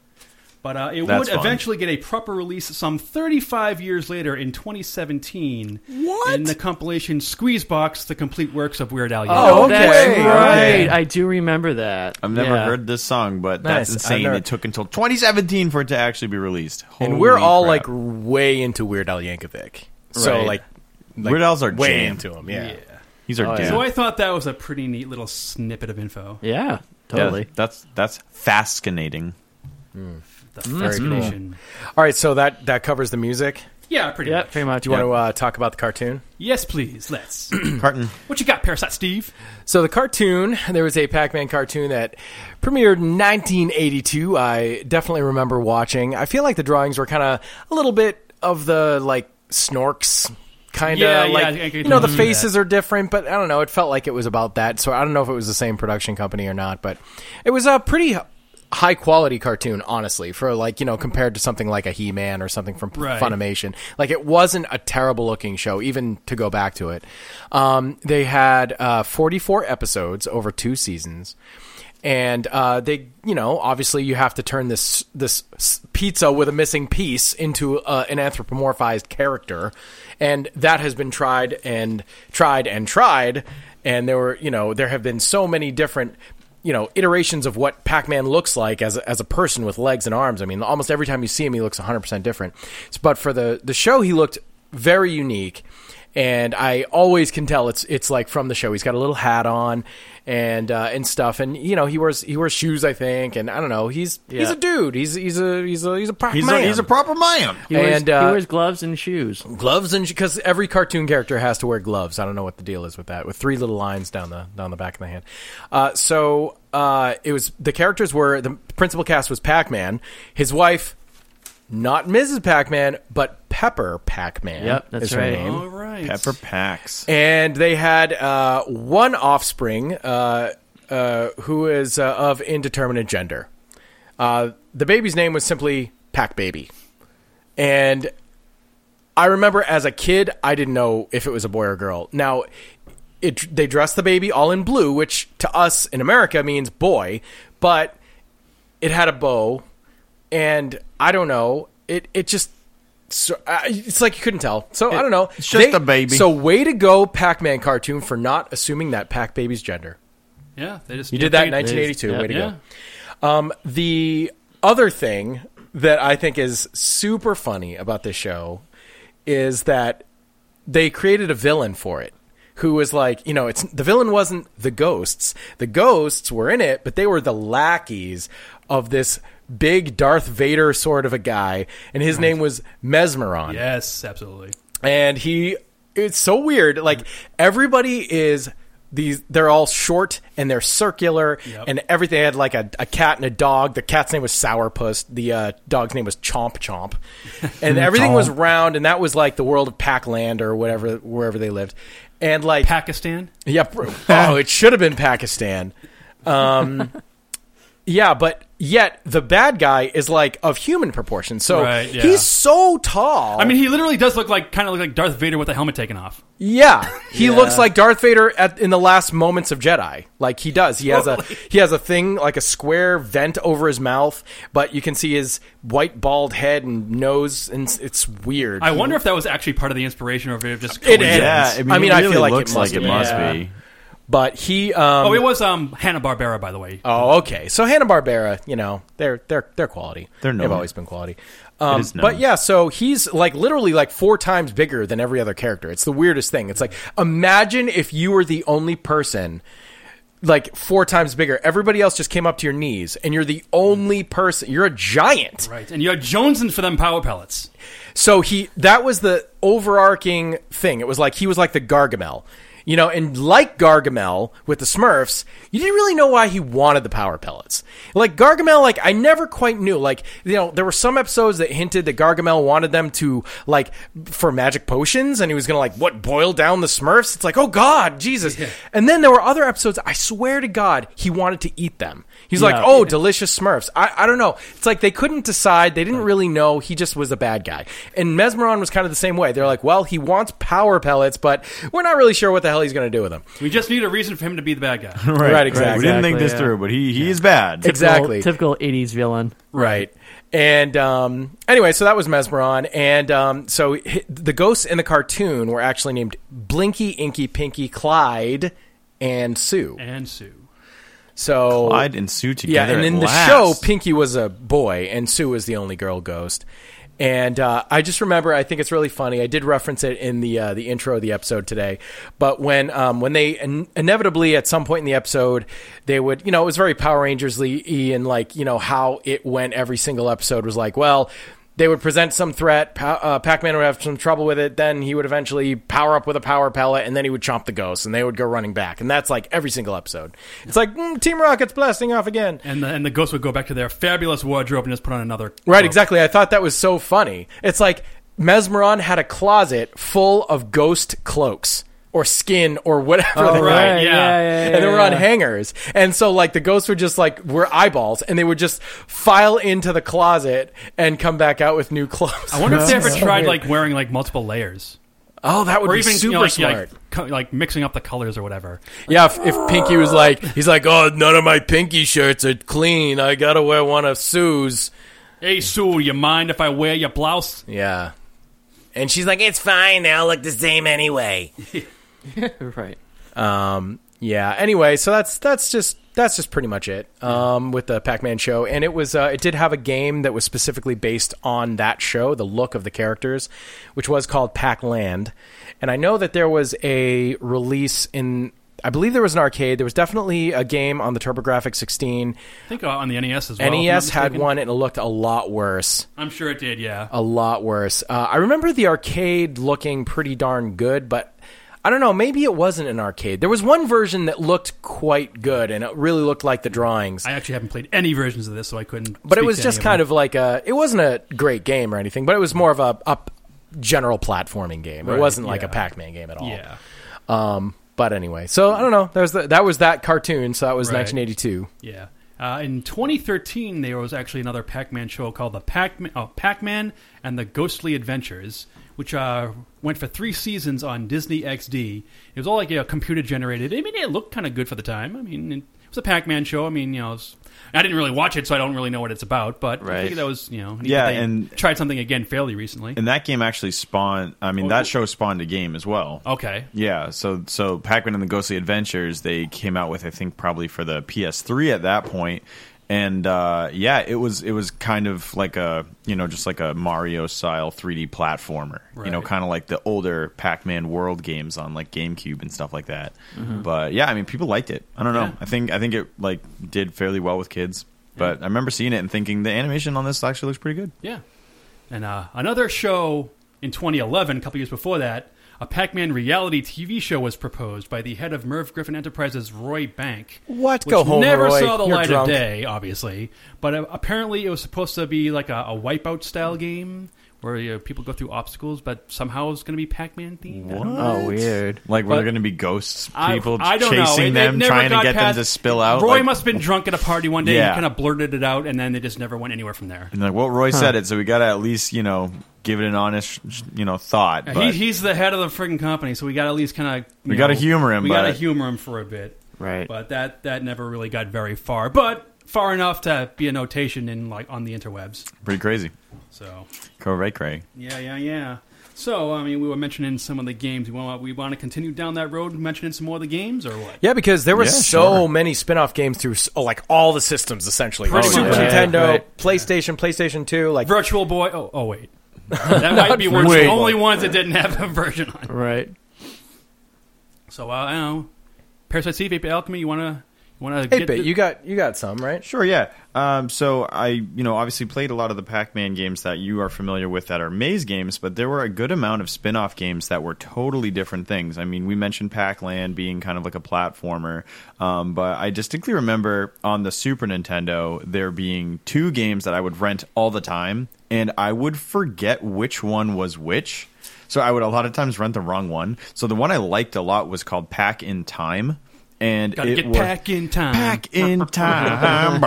B: But uh, it
F: That's
B: would
F: fun.
B: eventually get a proper release some 35 years later in 2017. What? In the compilation Squeezebox, the complete works of Weird Al. Yankovic.
E: Oh,
D: okay.
E: that's right.
F: Okay.
E: I do remember that.
F: I've never
E: Yeah.
F: heard this song, but that's
D: Nice.
F: insane.
D: I've never-
F: It took until 2017 for it to actually be released.
D: and we're
F: Holy
D: all
F: crap.
D: like way into Weird Al Yankovic. So
F: Right.
D: like, like
F: Weird Al's our
D: way
F: jam.
D: into him. Yeah.
F: He's our
E: Oh,
F: dude.
E: yeah.
B: So I thought that was a pretty neat little snippet of info.
E: Yeah,
F: Yeah,
E: totally.
F: that's that's fascinating.
B: The
D: Mm-hmm.
B: fascination.
D: All right, so that that covers the music.
B: Yeah, pretty
E: Yeah,
B: much.
E: pretty much.
D: Do you want to uh, talk about the cartoon?
B: Yes, please.
D: *clears throat*
B: Let's.
F: Carton.
B: what you got, Parasite Steve?
D: So the cartoon, there was a Pac-Man cartoon that premiered in 1982. I definitely remember watching. I feel like the drawings were kind of a little bit of the like Snorks kind of
B: Yeah, yeah,
D: like
B: I can
D: you know the
B: totally see
D: faces are different, but I don't know. It felt like it was about that. So I don't know if it was the same production company or not, but it was a pretty high quality cartoon honestly for like you know compared to something like a he-man or something from
B: Right.
D: funimation animation. Like it wasn't a terrible looking show, even to go back to it. Um, they had uh, 44 episodes over two seasons. And uh, they, you know, obviously you have to turn this this s- pizza with a missing piece into uh, an anthropomorphized character, and that has been tried and tried and tried, and there were, you know, there have been so many different you know iterations of what Pac-Man looks like as a, as a person with legs and arms. I mean, almost every time you see him, he looks 100 percent different. S- But for the the show, he looked very unique, and I always can tell it's it's like from the show. He's got a little hat on and uh, and stuff, and you know he wears he wears shoes, I think, and I don't know. He's he's
E: Yeah.
D: a dude. He's he's a he's a he's a
F: He's
D: Pac-Man
F: a, he's a proper man.
E: He wears,
D: and, uh,
E: he wears gloves and shoes.
D: gloves and because every cartoon character has to wear gloves. I don't know what the deal is with that. With three little lines down the down the back of the hand. Uh, so uh, it was the characters were the principal cast was Pac Man, his wife, not Mrs. Pac Man, but Pepper Pac Man.
E: Yep, that's
D: is her
E: right.
D: name.
B: All right.
F: Pepper Pax.
D: And they had uh, one offspring uh, uh, who is uh, of indeterminate gender. Uh, the baby's name was simply Pac Baby. And I remember as a kid, I didn't know if it was a boy or girl. Now, it, they dressed the baby all in blue, which to us in America means boy, but it had a bow, and I don't know. It it just so, I it's like you couldn't tell. So I don't know.
F: it's just a baby.
D: So way to go, Pac-Man cartoon for not assuming that Pac baby's gender.
B: Yeah, they just
D: You did that in
B: they-
D: 1982.
E: yeah,
D: Way to
B: yeah.
D: go. Um, the other thing that I think is super funny about this show is that they created a villain for it who was like, you know, it's the villain wasn't the ghosts. The ghosts were in it, but they were the lackeys of this big Darth Vader sort of a guy, and his name was Mesmeron
B: Yes, absolutely.
D: and he it's so weird like everybody is these they're all short and they're circular
B: Yep.
D: and everything they had like a, a cat and a dog the cat's name was sourpuss the uh, dog's name was chomp
B: *laughs*
D: chomp and everything was round and that was like the world of pac land or whatever wherever they lived and like
B: Pakistan.
D: yeah. pr- Oh, it should have been Pakistan.
B: *laughs*
D: Um, yeah, but yet the bad guy is like of human proportions. So
B: Right, yeah.
D: he's so tall.
B: I mean, he literally does look like kind of look like Darth Vader with the helmet taken off.
D: Yeah, he looks like Darth Vader at, in the last moments of Jedi. Like he does. He has a he has a thing like a square vent over his mouth, but you can see his white bald head and nose, and it's- it's weird.
B: I wonder if that was actually part of the inspiration or if it just
D: It
B: coincidence.
D: Yeah, I mean, I mean,
F: it
D: I feel like it
F: looks
D: must
F: like
D: be.
F: it must
E: Yeah.
F: be.
D: but he. Um,
B: Oh, it was um Hanna Barbera, by the way.
D: Oh, okay. So Hanna Barbera, you know, they're they're they're quality.
F: They're known.
D: They've always been quality. Um,
F: is known.
D: but yeah, so he's like literally like four times bigger than every other character. It's the weirdest thing. It's like imagine if you were the only person like four times bigger. Everybody else just came up to your knees, and you're the only person. You're a giant.
B: Right, and you're jonesing for them power pellets.
D: So he that was the overarching thing. It was like he was like the Gargamel. You know, and like Gargamel with the Smurfs, you didn't really know why he wanted the power pellets. Like Gargamel, like I never quite knew. Like, you know, there were some episodes that hinted that Gargamel wanted them to like for magic potions and he was gonna like what boil down the Smurfs? It's like, oh God, Jesus. And then there were other episodes, I swear to God, he wanted to eat them. He's like,
E: Yeah.
D: oh, delicious Smurfs. I, I don't know. It's like they couldn't decide. They didn't really know. He just was a bad guy. And Mesmeron was kind of the same way. They're like, well, he wants power pellets, but we're not really sure what the hell he's going to do with them.
B: We just need a reason for him to be the
D: *laughs*
B: bad guy.
F: Right,
E: exactly,
F: We didn't think this
E: yeah.
F: through, but he he is bad.
D: Exactly.
E: Typical, typical 80s villain.
D: Right. And um, anyway, so that was Mesmeron. And um, so hi- the ghosts in the cartoon were actually named Blinky, Inky, Pinky, Clyde, and Sue.
B: And Sue.
D: So
F: Clyde and Sue
D: yeah,
F: together.
D: and
F: at
D: in the
F: last.
D: show, Pinky was a boy and Sue was the only girl ghost. And uh, I just remember, I think it's really funny. I did reference it in the uh, the intro of the episode today. But when um, when they in- inevitably at some point in the episode, they would, you know, it was very Power Rangersly and like you know how it went. Every single episode was like, well. They would present some threat. Pa- uh, Pac-Man would have some trouble with it. Then he would eventually power up with a power pellet, and then he would chomp the ghosts, and they would go running back. And that's like every single episode. It's like mm, Team Rocket's blasting off again.
B: And the, and the ghost would go back to their fabulous wardrobe and just put on another.
D: Right,
B: cloak.
D: exactly. I thought that was so funny. It's like Mesmeron had a closet full of ghost cloaks or skin or whatever. they were.
B: Oh, right. yeah.
D: And they were on hangers. And so like the ghosts were just like were eyeballs and they would just file into the closet and come back out with new clothes.
B: I wonder if they
D: *laughs*
B: ever
D: So
B: tried
D: weird.
B: like wearing like multiple layers,
D: Oh, that would
B: or
D: be
B: even you know,
D: super
B: like,
D: smart.
B: like co- like mixing up the colors or whatever.
D: yeah, if, if Pinky was like he's like, Oh, none of my pinky shirts are clean. I gotta wear one of Sue's.
B: Hey Sue, you mind if I wear your blouse?
D: Yeah. And she's like, It's fine, they all look the same anyway.
E: Right.
D: Um, yeah. Anyway, so that's that's just that's just pretty much it um, with the Pac-Man show, and it was uh, it did have a game that was specifically based on that show, the look of the characters, which was called Pac-Land, and I know that there was a release in. I believe there was an arcade. There was definitely a game on the TurboGrafx 16.
B: I think uh, on the NES as well. if I'm not
D: NES E had
B: mistaken.
D: one, and it looked a lot worse
B: I'm sure it did. Yeah.
D: a lot worse. Uh, I remember the arcade looking pretty darn good, but I don't know. Maybe it wasn't an arcade. There was one version that looked quite good, and it really looked like the drawings.
B: I actually haven't played any versions of this, so I couldn't.
D: but it was just kind of like a. It wasn't a great game or anything, but it was more of a, a general platforming game. it
B: Right,
D: wasn't like a
B: yeah.
D: Pac-Man game at all.
B: yeah.
D: Um, but anyway, so I don't know. That was the, that was that cartoon. So that was
B: Right.
D: 1982.
B: Yeah. Uh, in 2013, there was actually another Pac-Man show called the Pac-Man, oh, Pac-Man and the Ghostly Adventures, which uh, went for three seasons on Disney XD. It was all like you know, computer generated. I mean, it looked kind of good for the time. I mean, it was a Pac-Man show. I mean, you know, it's- I didn't really watch it, so I don't really know what it's about. But I
F: Right.
B: think that was you know,
F: Yeah,
B: they
F: and-
B: tried something again fairly recently.
F: and that game actually spawned. I mean, that show spawned a game as well.
B: okay.
F: Yeah, so so Pac-Man and the Ghostly Adventures they came out with I think probably for the PS3 at that point, and uh, yeah, it was it was kind of like a you know just like a Mario style 3D platformer, you know,
B: Right.
F: kind of like the older Pac-Man World games on like GameCube and stuff like that. But yeah, I mean, people liked it. I don't know.
B: Mm-hmm. Yeah.
F: I think I think it like did fairly well with kids. But I remember seeing it and thinking the animation on this actually looks pretty good.
B: Yeah. And uh, another show in 2011, a couple years before that, a Pac Man reality TV show was proposed by the head of Merv Griffin Enterprises, Roy Bank.
D: What?
B: Which
D: Go home,
B: never
D: Roy.
B: saw the
D: You're
B: light
D: drunk.
B: of day, obviously. But uh, apparently, it was supposed to be like a, a wipeout style game where you know, people go through obstacles, but somehow it's going to be Pac Man themed. I don't know.
E: Oh, weird.
F: Like, were there
B: But-
F: going to be ghosts,
B: I-
F: people
B: I, don't know.
F: chasing
B: It- it
F: them,
B: never
F: trying to
B: got
F: get
B: past-
F: them to spill out?
B: Roy
F: Like-
B: must have been drunk at a party one day
F: Yeah.
B: and kind of blurted it out, and then they just never went anywhere from there.
F: And like, well, Roy said it, so we got to at least, you know, give it an honest, you know, thought.
B: Yeah,
F: but
B: he, he's the head of the friggin' company, so we got to at least kind of
F: We gotta humor him,
B: We got to
F: but-
B: humor him for a bit,
E: Right.
B: But that that never really got very far, but far enough to be a notation in like on the interwebs.
F: pretty crazy.
B: So
F: Correct, Craig.
B: yeah, yeah, yeah. So I mean, we were mentioning some of the games. We want we want to continue down that road, mentioning some more of the games, or what?
D: Yeah, because there were
F: Yeah,
D: so
F: sure.
D: many spin-off games through s- oh, like all the systems essentially.
B: Pretty
D: Super
B: much.
E: Yeah,
D: Nintendo,
E: right.
D: PlayStation, PlayStation 2, like
B: Virtual Boy. Oh, oh wait, *laughs* that might be one of
D: Wait.
B: the only ones that didn't have a version on. it.
E: Right.
B: So uh, I don't know. Parasite Eve, Ape Alchemy. You wanna you wanna
D: Eight bit.
B: the-
D: You got you got some right.
F: Sure, yeah. Um, so I, you know, obviously played a lot of the Pac-Man games that you are familiar with that are maze games, but there were a good amount of spin-off games that were totally different things. I mean, we mentioned Pac-Land being kind of like a platformer, um, but I distinctly remember on the Super Nintendo there being two games that I would rent all the time, and I would forget which one was which. So I would a lot of times rent the wrong one. So the one I liked a lot was called Pack in Time and
B: Gotta
F: it
B: get
F: was
B: back in time.
F: back in time.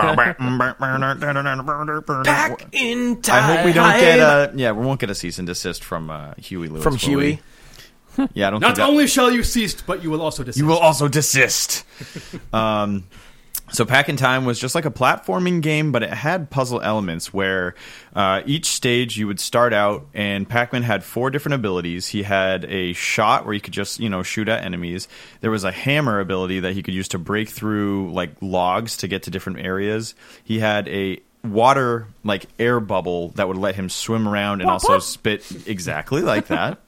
D: Back in
F: I
D: time.
F: hope we don't get a yeah, we won't get a cease and desist from uh, Huey Lewis.
D: from
F: will
D: Huey.
F: we? Yeah, I don't.
B: Not
F: think that-
B: only shall you cease, but you will also desist.
F: you will also desist. um, so Pack in Time was just like a platforming game, but it had puzzle elements where uh, each stage you would start out, and Pac-Man had four different abilities. He had a shot where he could just you know shoot at enemies. There was a hammer ability that he could use to break through like logs to get to different areas. He had a water like air bubble that would let him swim around and also spit exactly like that.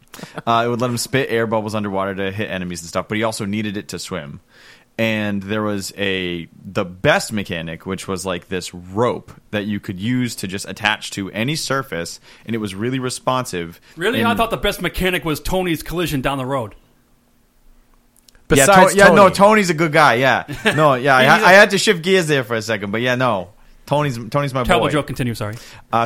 F: Uh, it would let him spit air bubbles underwater to hit enemies and stuff, but he also needed it to swim and there was a the best mechanic which was like this rope that you could use to just attach to any surface and it was really responsive
B: Really? I
F: And-
B: thought the best mechanic was Tony's collision down the road.
F: yeah,
D: Besides
F: To- yeah no
D: Tony.
F: tony's a good
D: *laughs*
F: guy yeah no yeah I, I had to shift gears there for a second but yeah no tony's tony's my
B: Terrible
F: boy
B: joke. Continue. Sorry.
F: Uh,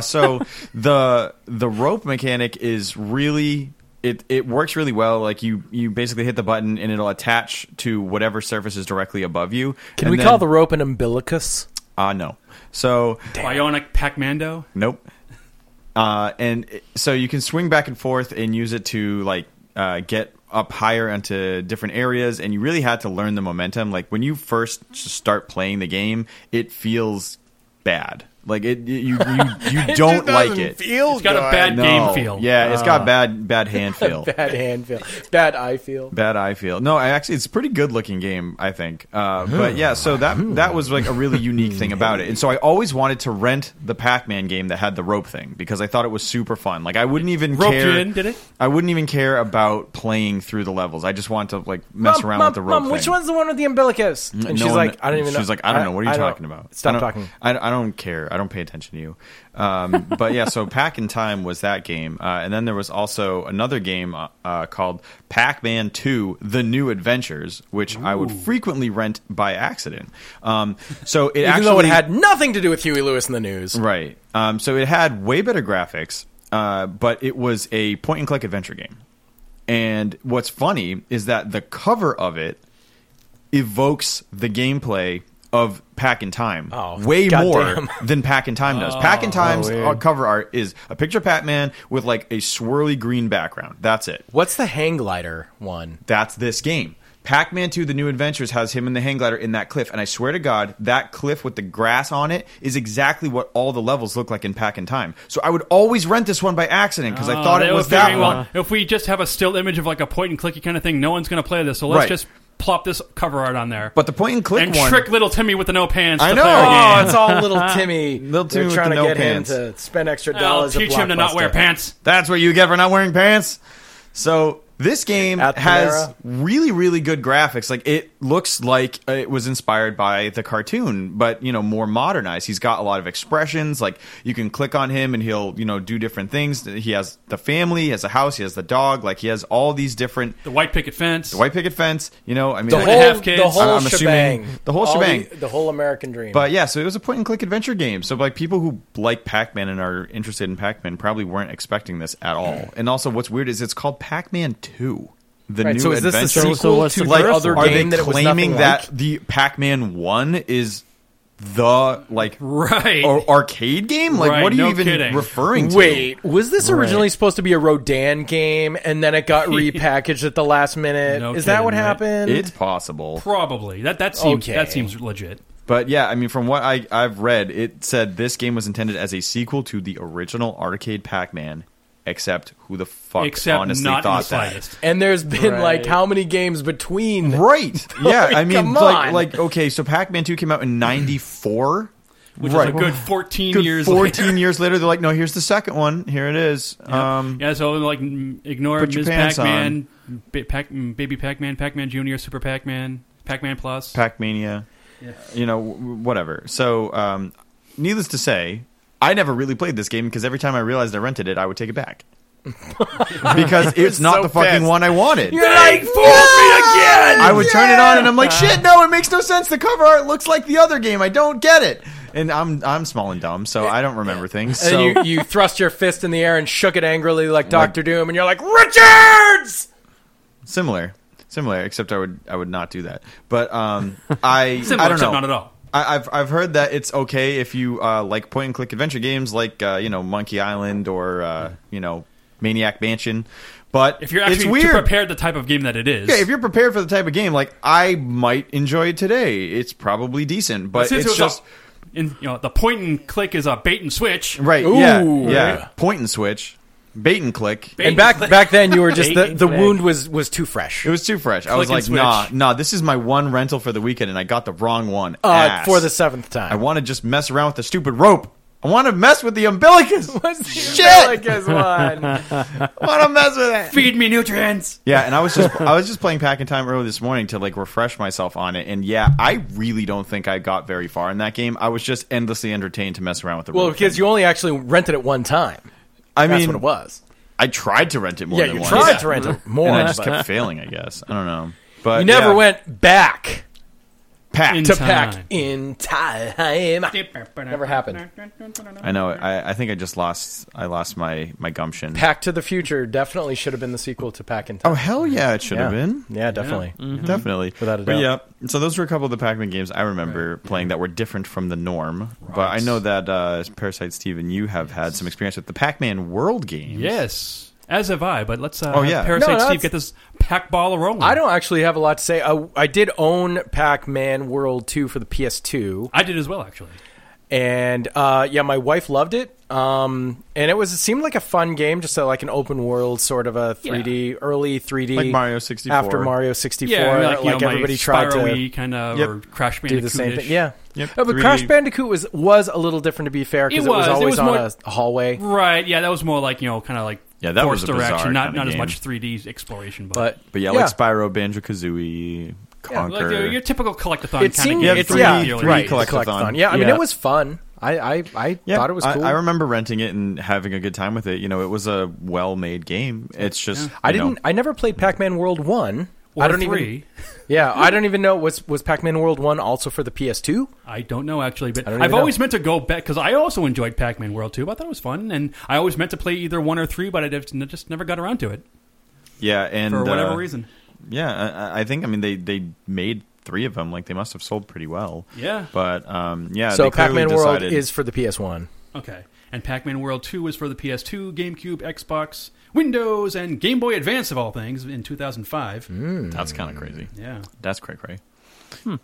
D: *laughs*
F: so the the rope mechanic is really it it works really well. Like you you basically hit the button and it'll attach to whatever surface is directly above you.
D: Can we call the rope an umbilicus?
F: Uh, no. So
B: Bionic Pac Mando.
F: Nope. Uh, and it- so you can swing back and forth and use it to like uh, get up higher into different areas. And you really had to learn the momentum. Like when you first s- start playing the game, it feels bad. Like it, you you,
B: *laughs*
F: you don't like it.
D: Feel
B: It's got a bad
F: No.
B: game feel. Uh.
F: Yeah, it's got bad bad hand
B: *laughs*
F: feel.
D: bad hand feel. Bad eye feel.
F: Bad I feel. No, I actually it's a pretty good looking game, I think. Uh, but yeah, so that that was like a really unique thing about it. And so I always wanted to rent the Pac-Man game that had the rope thing because I thought it was super fun. Like I wouldn't even
B: Roped
F: care
B: you in, did it?
F: I wouldn't even care about playing through the levels. I just wanted to like mess around with the rope
D: Mom,
F: thing.
D: which one's the one with the umbilicus? And
F: No
D: she's
F: one-
D: like, I don't even know.
F: She's like, I don't know. What are you
D: I don't-
F: talking about? I
D: Stop
F: don't-
D: talking.
F: I, I don't care. I don't pay attention to you. Um, *laughs* but yeah, so Pac in Time was that game. Uh, and then there was also another game uh, uh, called Pac Man 2 The New Adventures, which I would frequently rent by accident. Um, so it
D: Even
F: actually
D: though it had nothing to do with Huey Lewis in the news.
F: Right. Um, so it had way better graphics, uh, but it was a point and click adventure game. And what's funny is that the cover of it evokes the gameplay of Pack in Time
D: Oh, *laughs*
F: way
D: goddamn. Oh,
F: more than Pack in Time does. Pack in Time's uh, cover art is a picture of Pac-Man with like a swirly green background. That's it.
D: What's the hang glider one?
F: That's this game. Pac-Man 2: The New Adventures has him in the hang glider in that cliff, and I swear to God, that cliff with the grass on it is exactly what all the levels look like in Pac in Time. So I would always rent this one by accident because I thought
B: they
F: it
B: were
F: was Ah, that
B: figuring,
F: one.
B: well, if we just have a still image of like a point and clicky kind of thing, no one's going to play this. So let's
F: Right.
B: just plop this cover art on there.
F: But the point and click
B: and
F: one,
B: trick little Timmy with the no pants.
F: I
B: to
F: know.
B: Play our game.
D: Oh, it's all little Timmy.
F: Little
D: They're
F: Timmy with
D: trying
F: the
D: to
F: no
D: get
F: pants.
D: him to spend extra
B: I'll
D: dollars. at
B: teach him to not wear
D: Blockbuster.
B: pants.
F: That's what you get for not wearing pants. So this game
D: At
F: has
D: Panera.
F: really, really good graphics. Like it looks like it was inspired by the cartoon, but you know more modernized. He's got a lot of expressions. Like you can click on him and he'll you know do different things. He has the family, he has a house, he has the dog. Like he has all these different
B: The white picket fence.
F: white picket fence. You know, I mean,
D: The
F: I-
B: and a
D: whole,
B: half kids.
D: the whole
F: I'm- I'm
D: shebang.
F: assuming- the whole
D: All
F: shebang.
D: The, the whole American dream.
F: But yeah, so it was a point and click adventure game. So like people who like Pac-Man and are interested in Pac-Man probably weren't expecting this at all. And also, what's weird is it's called Pac-Man Two: The
D: Right,
F: New
D: so is this the
F: Adventure.
D: sequel
E: So what's
D: to
E: the
F: like,
D: first other
F: are
D: game
F: they
D: that it was
F: claiming
D: nothing
F: that
D: like?
F: the Pac-Man One is the like
B: Right.
F: or arcade game? Like,
B: Right,
F: what are you
B: no
F: even
B: kidding.
F: referring to?
D: Wait, was this originally supposed to be a Rodan game and then it
F: *laughs*
D: got repackaged at the last minute?
B: No
D: Is that
B: kidding,
D: what
B: right?
D: happened?
F: it's possible.
B: Probably that that seems
D: Okay.
B: that seems legit.
F: But yeah, I mean, from what I, I've read, it said this game was intended as a sequel to the original arcade Pac-Man. Except who the fuck
B: Except
F: honestly
B: not in the
F: thought that?
B: slightest.
D: and there's been like
E: Right.
D: how many games between?
B: *laughs*
F: Right. Yeah. I mean,
D: come
F: like,
D: on.
F: like, okay, so Pac Man 2 came
B: *clears throat*
F: out in 94.
B: Which
F: right.
B: is a good fourteen
F: Good
B: years.
F: 14 years later, they're like, no, here's the second one. Here it is. Um,
B: Yeah, so like m- ignore
F: Put your
B: Ms.
F: pants
B: Pac-Man, ba- Pac- mm, Baby Pac-Man, Pac-Man Junior, Super Pac-Man, Pac-Man Plus.
F: Pac Mania. You know, w- w- whatever. So, um, needless to say, I never really played this game because every time I realized I rented it, I would take
D: *laughs*
F: it back. because it's not
D: so
F: the fucking
D: pissed.
F: one I wanted.
D: You're like, fool me again!
F: I would turn it on and I'm like, shit, no, it makes no sense. The cover art looks like the other game. I don't get it. And I'm I'm small and dumb, so I don't remember things.
D: And
F: So
D: then you, you thrust your fist in the air and shook it angrily like Doctor Doom, and you're like, Richards!
F: similar. similar, except I would I would not do that.
B: *laughs*
F: But um, I
B: Similar,
F: I don't
B: except
F: know.
B: not at all.
F: I, I've I've heard that it's okay if you uh, like point and click adventure games like uh, you know Monkey Island or uh, you know Maniac Mansion, but
B: If you're
F: it's
B: actually
F: weird.
B: prepared the type of game that it is,
F: Yeah, if you're prepared for the type of game, like I might enjoy it today. It's probably decent, but
B: Since it
F: it's
B: was a-
F: just
B: in, you know, the point and click is a bait and switch.
F: right. yeah,
D: Ooh.
F: yeah. Point and switch, bait and click.
B: Bait
D: And back
B: click.
D: back then, you
B: *laughs*
D: were just the,
E: Bait and
D: the
E: click.
D: wound was was too fresh
F: It was too fresh. I was
B: Click
F: like,
B: and
F: nah,
B: switch.
F: nah. This is my one rental for the weekend, and I got the wrong one.
D: uh,
F: Ass.
D: for the seventh
F: I
D: time.
F: want to just mess around with the stupid rope. I want to mess with the
D: *laughs*
F: umbilicus. Shit! *laughs* I want to mess
D: *laughs*
F: with it.
B: Feed me nutrients.
F: Yeah, and I was just I was just playing Pack in Time earlier this morning to like refresh myself on it, and yeah, I really don't think I got very far in that game. I was just endlessly entertained to mess around with the
D: Well,
F: rope.
D: because you only actually rented it one time.
F: I
D: That's
F: mean,
D: what it was.
F: I tried to rent it more
D: Yeah,
F: than
D: you
F: once.
D: tried to rent it more.
F: *laughs* and I just
D: but
F: kept failing. I guess I
D: *laughs*
F: don't know, but
D: you never
F: yeah.
D: went back
F: Pack.
B: In
D: to
B: time.
D: pack in time.
B: Never
D: happened.
F: I know. I, I think I just lost. I lost my my gumption.
D: Pack to the Future definitely should have been the sequel to Pack in Time.
F: Oh hell yeah! It should have been.
D: Yeah, definitely.
B: Mm. Mm-hmm.
F: Definitely,
D: Without a doubt.
F: But yeah, so those were a couple of the Pac-Man games I remember playing that were different from the norm. But I know that uh, Parasite Steven, you have had some experience with the Pac-Man World games.
B: Yes, as have I. But let's. Uh,
F: Oh, yeah.
B: Parasite
D: No, no,
B: Steve
D: that's-
B: get this pack ball rolling.
D: I don't actually have a lot to say. I, I did own Pac Man World 2 for the PS2.
B: I did as well, actually.
D: and uh, yeah, my wife loved it. Um, and it was it seemed like a fun game, just a, like an open world sort of a 3D early 3D
F: Like Mario 64.
D: after Mario 64.
B: Yeah,
F: uh,
D: like,
B: like, you know,
D: everybody
B: my
D: tried to
B: kind of
F: Yep.
B: or Crash
D: do the same thing.
B: Bandicoot-ish.
D: Yeah,
F: Yep,
D: Uh, but
F: 3D.
D: Crash Bandicoot was was a little different to be fair
B: It
D: because it, was
B: was. It
D: always
B: was
D: on
B: more-
D: a hallway.
B: Right, yeah, that was more like you know, kind of like
F: Yeah, that was
B: forced
F: a bizarre
B: direction, not
F: kinda
B: not as
F: game.
B: much 3D exploration, but,
D: But
F: But yeah, like Spyro, Banjo Kazooie, Conquer.
B: like uh, your, your typical collectathon kind
D: it seemed
B: of
F: Yeah,
B: game.
D: it's
F: three-
D: yeah,
F: three
D: right, the
F: collectathon.
D: Yeah, I mean
F: Yeah.
D: it was fun. I I, I
F: yeah,
D: thought it was
F: I-
D: cool.
F: I, remember renting it and having a good time with it. You know, it was a well-made game. It's just
D: I
F: you know,
D: didn't. I never played Pac Man World One.
B: Or
D: I don't
B: three.
D: even. Yeah, I don't even know. Was was Pac Man World One also for the PS2?
B: I don't know actually, but
D: don't
B: I've
D: even know.
B: always meant to go back because I also enjoyed Pac-Man World 2. I thought it was fun, and I always meant to play either one or three, but I just, just never got around to it
F: yeah, and
B: for whatever
F: uh,
B: reason.
F: Yeah, I- I, I think I mean they they made three of them. Like they must have sold pretty well.
B: Yeah.
F: but um, yeah.
D: so
F: they
D: Pac
F: clearly
D: Man World
F: decided-
D: is for the PS1.
B: Okay, and Pac-Man World 2 was for the PS2, GameCube, Xbox, Windows, and Game Boy Advance of all things in 2005.
F: Mm. that's kind of crazy.
B: Hmm. Yeah, Hmm.
F: That's cray cray.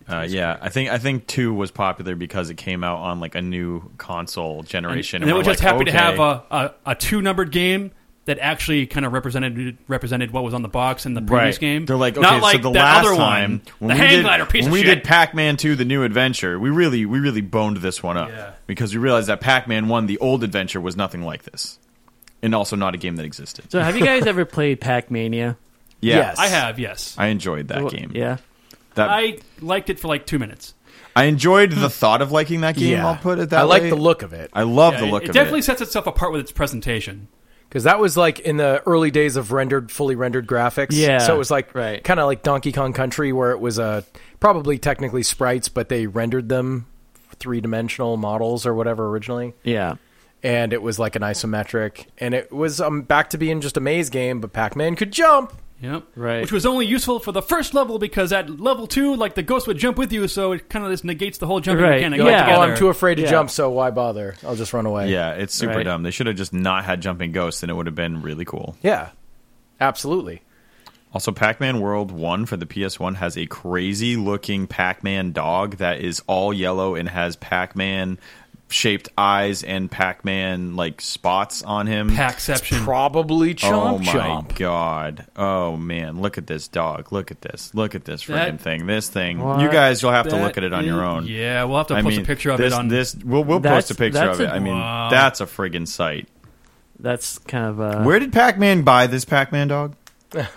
F: Uh, yeah, I think I think two was popular because it came out on like a new console generation.
B: and they were just
F: like,
B: happy to have
F: okay.
B: a, a, a two-numbered game. That actually kind of represented represented what was on the box in the previous
F: right
B: game.
F: They're like, okay,
B: not like
F: so the
B: that
F: last
B: other
F: time
B: one,
F: when
B: the
F: we
B: hang
F: did,
B: glider piece
F: when
B: of
F: we
B: shit.
F: did Pac-Man Two: The New Adventure, we really we really boned this one up
B: Yeah.
F: because we realized that Pac-Man One: The Old Adventure was nothing like this, and also not a game that existed.
E: So, have you guys ever played Pac Mania?
F: Yeah,
D: Yes.
B: I have yes.
F: I enjoyed that game.
E: Yeah.
F: That I,
B: I liked it for like two minutes.
F: enjoyed the thought of liking that game. I'll put it that
D: I like
F: way.
D: the look of it
F: I love the
B: Yeah,
F: look
B: it,
F: of
B: definitely
F: it.
B: sets itself apart with its presentation.
D: because that was like in the early days of rendered, fully rendered graphics.
E: Yeah,
D: so it was like
E: right.
D: kind of like Donkey Kong Country, where it was uh, probably technically sprites, but they rendered them three dimensional models or whatever originally,
E: Yeah.
D: and it was like an isometric, and it was um, back to being just a maze game, but Pac Man could jump.
B: Yep.
E: Right.
B: Which was only useful for the first level because at level two, like the ghost would jump with you, so it kind of just negates the whole jumping
E: Right,
B: mechanic.
E: yeah.
D: Like, oh, I'm
B: altogether.
D: too afraid to
E: Yeah.
D: jump, so why bother? I'll just run away.
F: Yeah, it's super
E: Right.
F: dumb. They should have just not had jumping ghosts, and it would have been really cool.
D: yeah, absolutely.
F: Also, Pac-Man World One for the PS1 has a crazy looking Pac-Man dog that is all yellow and has Pac-Man shaped eyes and Pac-Man like spots on him.
B: Paxception.
D: Probably chomp
F: oh my
D: chomp.
F: god! Oh man, look at this dog! Look at this! Look at this
B: That-
F: freaking thing! This thing!
E: What?
F: You guys, you'll have to
E: That
F: look at it on your own.
B: yeah, we'll have to
F: I
B: post
F: mean,
B: a picture of
F: this,
B: it on.
F: this. We'll, we'll
E: That's-
F: post a picture
E: that's
F: of it.
E: a-
F: I mean,
B: Wow.
F: that's a friggin' sight.
E: That's kind of uh,
F: Where did Pac-Man buy this Pac-Man dog?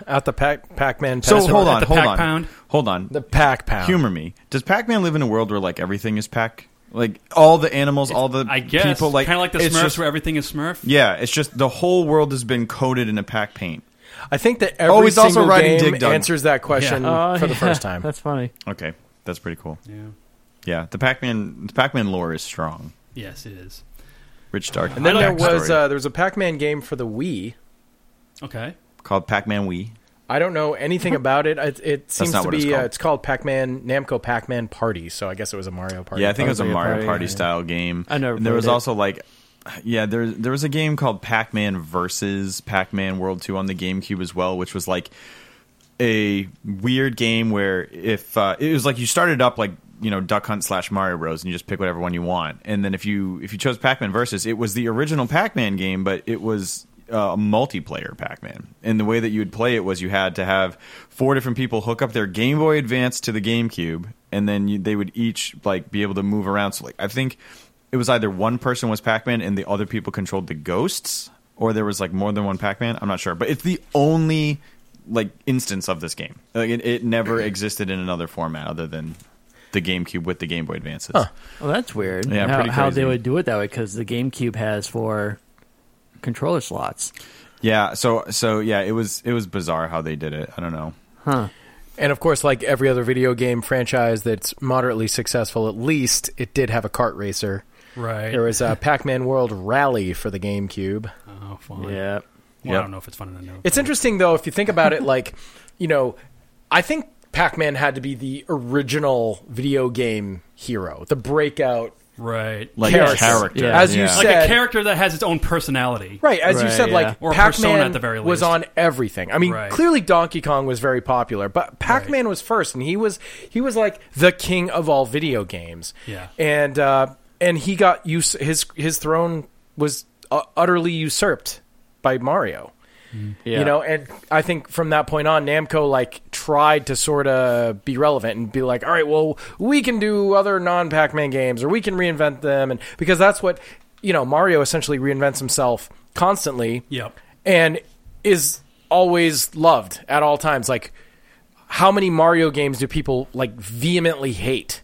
D: At the Pac Pac Man.
F: So
B: Pac-Man.
F: hold
B: At
F: on,
B: the
F: hold
B: Pac
F: on,
B: Pound?
F: hold on.
D: The Pac Pound.
F: Humor me. Does Pac-Man live in a world where like everything is Pac? Like all the animals, all the
B: I guess
F: people, like
B: kind of like the
F: it's
B: Smurfs,
F: just-
B: where everything is Smurf.
F: yeah, it's just the whole world has been coated in a Pac paint.
D: I think that every
F: Oh, he's also
D: single
F: riding
D: game
F: Dig Dug.
D: answers that question
E: Oh,
D: for the
E: yeah.
D: first time.
E: That's funny.
F: Okay, that's pretty cool.
B: Yeah.
F: Yeah, the Pac-Man, the Pac-Man lore is strong.
B: Yes, it is.
F: Rich dark.
D: And then there uh,
F: backstory
D: was uh, there was a Pac-Man game for the Wii.
B: Okay.
F: called Pac-Man Wii.
D: I don't know anything about it. It, it seems
F: not
D: to
F: what it's
D: be uh,
F: called.
D: it's called Pac-Man Namco Pac-Man Party, so I guess it was a Mario Party.
F: Yeah, I think it was a
D: Probably
F: Mario Party,
D: yeah.
F: style game.
E: I never
F: And there
E: played
F: was
E: it.
F: also like, yeah, there there was a game called Pac Man versus Pac Man World Two on the GameCube as well, which was like a weird game where if uh, it was like you started up like you know Duck Hunt slash Mario Bros and you just pick whatever one you want, and then if you if you chose Pac Man versus, it was the original Pac Man game, but it was uh, a multiplayer Pac Man, and the way that you would play it was you had to have four different people hook up their Game Boy Advance to the GameCube, and then you, they would each like be able to move around. So like I think it was either one person was Pac Man and the other people controlled the ghosts, or there was like more than one Pac Man. I'm not sure, but it's the only like instance of this game. Like it, it never existed in another format other than the GameCube with the Game Boy Advances.
E: Well, that's weird.
F: Yeah,
E: how,
F: pretty
E: how they
F: crazy.
E: would do it that way because the GameCube has four controller slots.
F: Yeah, so so yeah, it was it was bizarre how they did it. I don't know.
D: And of course, like every other video game franchise that's moderately successful, at least it did have a kart racer.
B: Right.
D: There
B: *laughs*
D: was a Pac-Man World Rally for the GameCube.
B: oh, fun.
E: Yeah.
B: Well,
F: Yep.
B: I don't know if it's fun enough.
D: It's interesting though, if you think about it, like, you know, I think Pac-Man had to be the original video game hero, the breakout
B: right. Like,
F: Like
D: Character.
F: character,
E: Yeah.
D: As you said-
B: a character that has its own personality.
D: Right, as you
E: Right,
D: said,
E: yeah.
D: like
B: Or a persona
D: Pac-Man
B: at the very least.
D: was on everything. I mean,
B: Right.
D: clearly Donkey Kong was very popular, but Pac-Man was first, and he was he was like the king of all video games.
B: Yeah.
D: and uh, and he got us his his throne was uh, utterly usurped by Mario.
E: yeah.
D: You know, and I think from that point on, Namco like tried to sort of be relevant and be like, all right, well, we can do other non Pac Man games or we can reinvent them. And because that's what, you know, Mario essentially reinvents himself constantly
B: Yep.
D: and is always loved at all times. Like, how many Mario games do people like vehemently hate?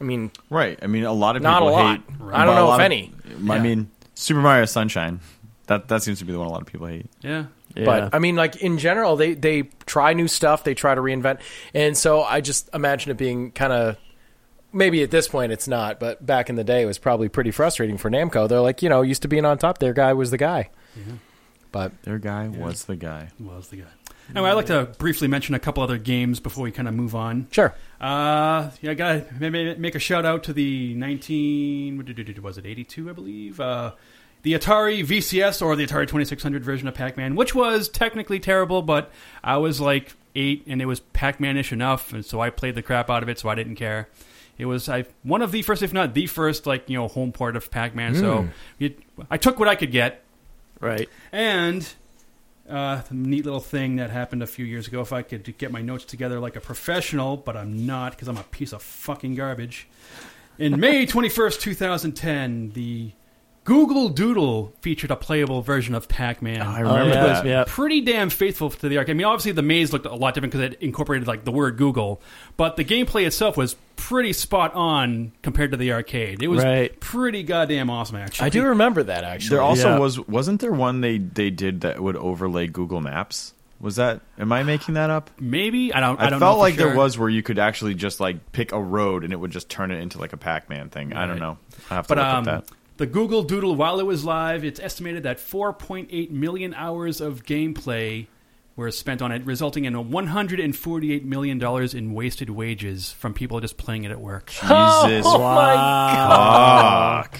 D: I mean,
F: right? I mean, a lot of
D: Not
F: people
D: a lot.
F: hate.
D: I don't
F: a
D: know
F: lot
D: if
F: of-
D: any.
F: I
B: Yeah.
F: mean, Super Mario Sunshine. That that seems to be the one a lot of people hate.
B: Yeah.
E: Yeah.
F: uh,
D: But I mean, like in general, they they try new stuff, they try to reinvent, and so I just imagine it being kind of maybe at this point it's not, but back in the day it was probably pretty frustrating for Namco. They're like, you know, used to being on top, their guy was the guy,
E: Mm-hmm.
D: but
F: Their guy was the guy.
B: Was the guy. Anyway, I'd like to briefly mention a couple other games before we kind of move on.
D: sure,
B: Uh, yeah, I gotta ma- ma- make a shout out to the 19, what did- did- was it 82, I believe? Uh, the Atari VCS or the Atari 2600 version of Pac Man, which was technically terrible, but I was like eight and it was Pac Man ish enough, and so I played the crap out of it, so I didn't care. It was I, one of the first, if not the first, like, you know, home port of Pac Man, so it, I took what I could get.
E: right.
B: And uh, the neat little thing that happened a few years ago, if I could get my notes together like a professional, but I'm not because I'm a piece of fucking garbage. In
F: *laughs*
B: May 21st, 2010, the Google Doodle featured a playable version of Pac Man.
F: I remember
E: Oh, yeah.
F: that.
E: Yeah.
B: Pretty damn faithful to the arcade. I mean, obviously the maze looked a lot different because it incorporated like the word Google, but the gameplay itself was pretty spot on compared to the arcade. It was
E: Right.
B: pretty goddamn awesome, actually.
D: I do remember that actually.
F: There also
E: Yeah.
F: was wasn't there one they they did that would overlay Google Maps? Was that? Am I making that up?
B: Maybe I don't. I,
F: I,
B: don't know
F: felt
B: for
F: like there
B: sure.
F: was where you could actually just like pick a road and it would just turn it into like a Pac-Man thing. I don't know. I have to
B: But
F: look
B: um, *laughs*
F: up that.
B: the Google Doodle, while it was live, it's estimated that 4.8 million hours of gameplay were spent on it, resulting in a 148 million dollars in wasted wages from people just playing it at
E: *laughs*
B: work.
F: Jesus fuck!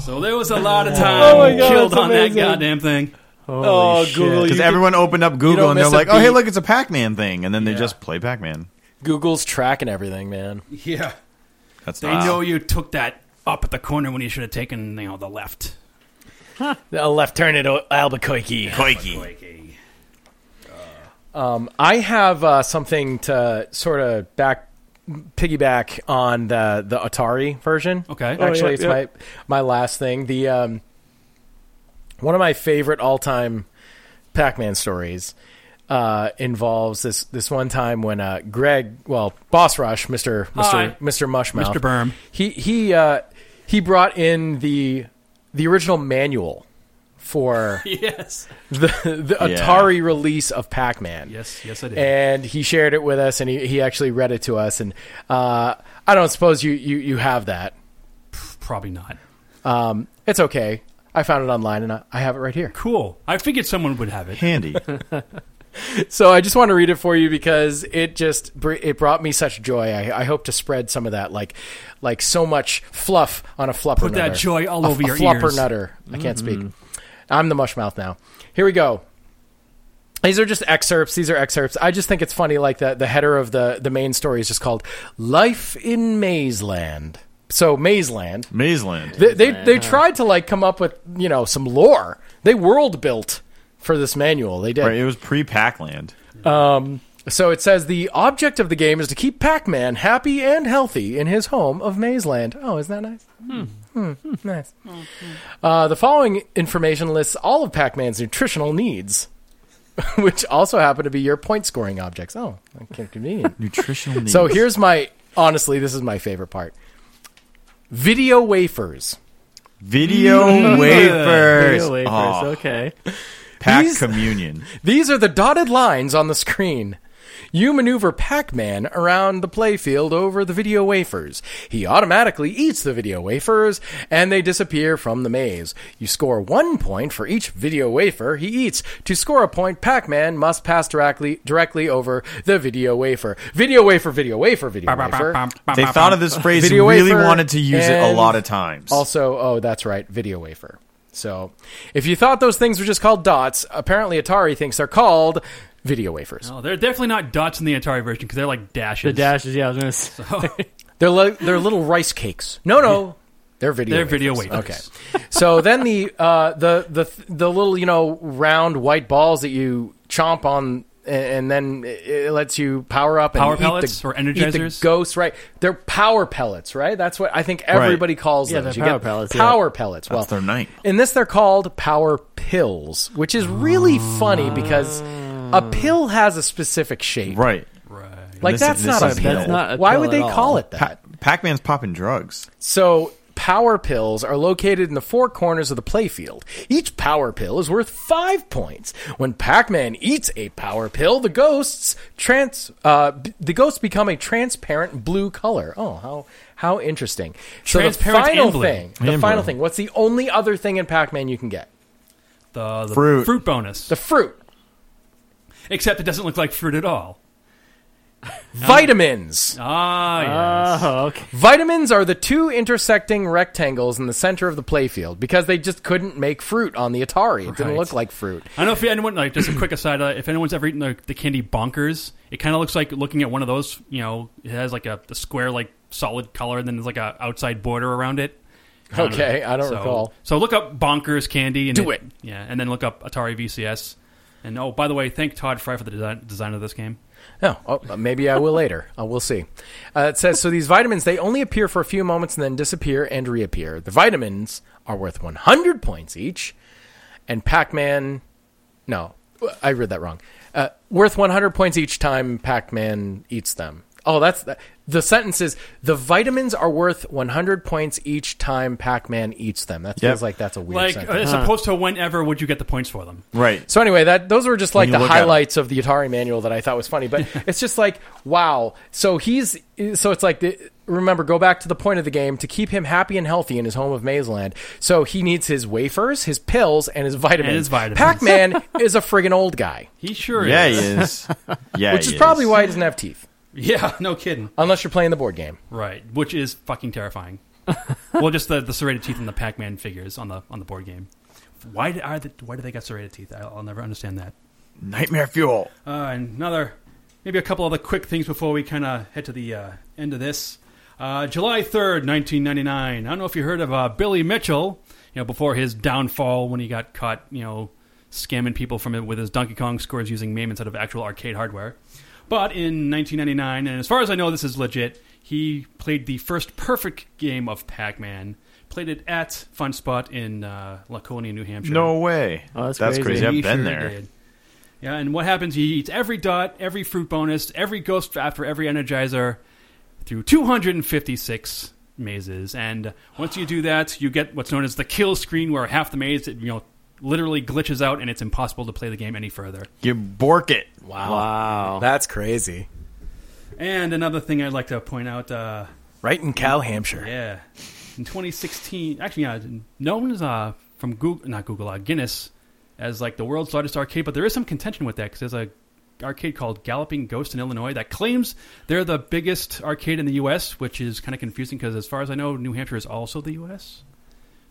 B: So there was a lot of time
E: Oh my God,
B: killed
E: that's
B: on
E: amazing.
B: that goddamn thing.
E: Holy
D: Oh,
E: shit.
D: Google,
F: Because
D: You
F: everyone opened up Google
D: don't
F: and they're
D: miss a
F: like, "Oh, hey,
D: beat."
F: look, it's a Pac-Man thing," and then they
B: Yeah.
F: just play Pac-Man.
D: Google's tracking everything, man.
B: Yeah,
F: That's
B: they
F: not
B: know you took that up at the corner when you should have taken you know the left.
D: A left turn at O- Albuquerque. I have uh, something to sort of back piggyback on the the Atari version.
B: Okay. Oh,
D: actually,
E: yeah,
D: it's
E: yeah.
D: my my last thing. The um, one of my favorite all time Pac Man stories uh, involves this this one time when uh, Greg, well, Boss Rush, Mister
B: Hi.
D: Mister Mister Mushmouth,
B: Mr. Berm.
D: he he uh, he brought in the the original manual
B: *laughs*
D: for
B: *laughs* Yes,
D: the the
F: Yeah.
D: Atari release of Pac Man
B: yes, yes, I did.
E: Eh.
D: and he shared it with us and he, he actually read it to us and uh, i don't suppose you, you, you have that Um,
B: Probably not.
D: it's okay i found it online and i, I have it right here
B: Cool. I figured someone would have it.
F: handy.
D: So I just want to read it for you because it just br- it brought me such joy. I, I hope to spread some of that, like like so much fluff on a flupper.
B: Put that joy all
D: a,
B: over
D: a
B: your
D: flupper
B: ears. Mm-hmm.
D: nutter. I can't speak. I'm the mushmouth now. Here we go. These are just excerpts. These are excerpts. I just think it's funny. Like the the header of the the main story is just called "Life in Mazeland." So Mazeland.
F: Mazeland.
D: They, they they tried to like come up with you know some lore. They world built for this manual. They did.
F: Right, it was pre-Packland.
D: So it says the object of the game is to keep Pac-Man happy and healthy in his home of Mazeland. Oh, isn't that nice? Hmm. Hmm, Nice. Uh, the following information lists all of Pac-Man's nutritional needs, *laughs* which also happen to be your point-scoring objects. Oh, convenient.
F: *laughs* Nutritional needs.
D: so here's my honestly, this is my favorite part. Video wafers.
F: video wafers.
E: Video wafers, oh,
F: Aw,
E: okay.
F: pack
D: These-
F: communion.
D: These are the dotted lines on the screen. You maneuver Pac Man around the playfield over the video wafers. He automatically eats the video wafers, and they disappear from the maze. You score one point for each video wafer he eats. To score a point, Pac Man must pass directly, directly over the video wafer. Video wafer, video wafer, video wafer.
F: *laughs* They thought of this phrase
D: Video
F: and really
D: wafer
F: wanted to use it a
D: and
F: lot of times.
D: Also, oh, that's right, video wafer. So, if you thought those things were just called dots, apparently Atari thinks they're called video wafers.
B: Oh, they're definitely not dots in the Atari version because they're like dashes.
E: The dashes, yeah, I was
F: *laughs*
E: gonna say.
D: They're li- they're little rice cakes. No, no, they're video.
B: They're video
D: Okay.
B: wafers.
D: so then the uh, the the the little you know round white balls that you chomp on. And and then it- it lets you power up and
B: Power
D: eat
B: pellets
D: the,
B: or
D: eat the
B: energizers?
D: ghosts, right? They're power pellets, right? That's what I think everybody calls
E: Yeah,
D: those.
E: they're
D: You
E: power
D: get
E: pellets, yeah.
D: Power pellets. Well,
F: their name.
D: In this, they're called power pills, which is really funny because a pill has a specific shape.
F: Right.
B: Right.
D: Like
F: This-
D: that's,
F: this
D: not
F: is
D: a
F: a pill.
D: pill.
F: That's not
E: a
D: Why
E: pill
D: would
E: at
D: they
E: all.
D: call it that?
F: Pa- Pac-Man's popping drugs.
D: So, power pills are located in the four corners of the playfield. Each power pill is worth five points. When Pac-Man eats a power pill, the ghosts trans uh, b- the ghosts become a transparent blue color. Oh, how how interesting! So the
B: Transparent
D: final
B: and blue.
D: thing, the
F: And
D: final
F: blue.
D: thing. What's the only other thing in Pac-Man you can get?
B: The, the
F: Fruit.
B: fruit bonus.
D: The fruit,
B: Except it doesn't look like fruit at all.
D: vitamins. Uh.
B: Ah, yes.
E: Oh, okay.
D: Vitamins are the two intersecting rectangles in the center of the playfield because they just couldn't make fruit on the Atari. It didn't
B: Right.
D: look like fruit.
B: I don't know if anyone like just a quick aside. Uh, if anyone's ever eaten the, the candy bonkers, it kind of looks like looking at one of those. You know, it has like a, a square, like solid color, and then there's like a outside border around it. don't
D: Okay,
B: know.
D: I don't
B: so,
D: recall.
B: So look up bonkers candy and
D: Do it.
B: Yeah, and then look up Atari VCS. And oh, by the way, thank Todd Fry for the design, design of this game.
D: No, oh, maybe I will later. Uh, we'll see. Uh, it says so. These vitamins they only appear for a few moments and then disappear and reappear. The vitamins are worth 100 points each, and Pac-Man. No, I read that wrong. Uh, worth 100 points each time Pac-Man eats them. Oh, that's the, the sentence is the vitamins are worth 100 points each time Pac-Man eats them. That feels like that's a
B: Like
D: weird
B: uh, as
D: sentence.
B: opposed to whenever would you get the points for them?
F: Right.
D: So anyway, that those were just like
F: you
D: the
F: look at 'em.
D: highlights of the Atari manual that I thought was funny. But it's just like wow. So he's so it's like the, remember go back to the point of the game to keep him happy and healthy in his home of Mazeland. So he needs his wafers, his pills, and his vitamins.
B: his vitamins.
D: Pac-Man is a friggin' old guy,
B: He sure
F: Yeah, he
B: is.
F: is. *laughs* Yeah,
D: which
F: he
D: is probably why he doesn't have teeth,
B: Yeah, no kidding.
D: unless you're playing the board game.
B: Right, which is fucking terrifying. *laughs* well, just the, the serrated teeth in the Pac-Man figures on the on the board game. Why did, are the, why do they got serrated teeth? I'll, I'll never understand that.
F: nightmare fuel.
B: Uh, and another, maybe a couple other quick things before we kind of head to the uh, end of this. Uh, July third, nineteen ninety nine. I don't know if you heard of uh, Billy Mitchell. You know, before his downfall when he got caught, you know, scamming people from it with his Donkey Kong scores using MAME instead of actual arcade hardware. But in 1999, and as far as I know, this is legit. He played the first perfect game of Pac-Man. Played it at Fun Spot in uh, Laconia, New Hampshire.
F: No way.
E: Oh, that's
F: crazy.
E: crazy.
B: He
F: I've been
B: sure
F: there.
B: did. Yeah, and what happens? He eats every dot, every fruit bonus, every ghost after every energizer through 256 mazes. And once you do that, you get what's known as the kill screen, where half the maze, it, you know, literally glitches out, and it's impossible to play the game any further.
F: You bork it.
E: Wow.
D: That's crazy.
B: And another thing I'd like to point out, uh,
D: Right in Cow Hampshire.
B: yeah, in 2016, actually, yeah, known as uh, from Google, not Google, uh, Guinness as like the world's largest arcade, but there is some contention with that because there's a arcade called Galloping Ghost in Illinois that claims they're the biggest arcade in the U.S., which is kind of confusing because, as far as I know, New Hampshire is also the U.S.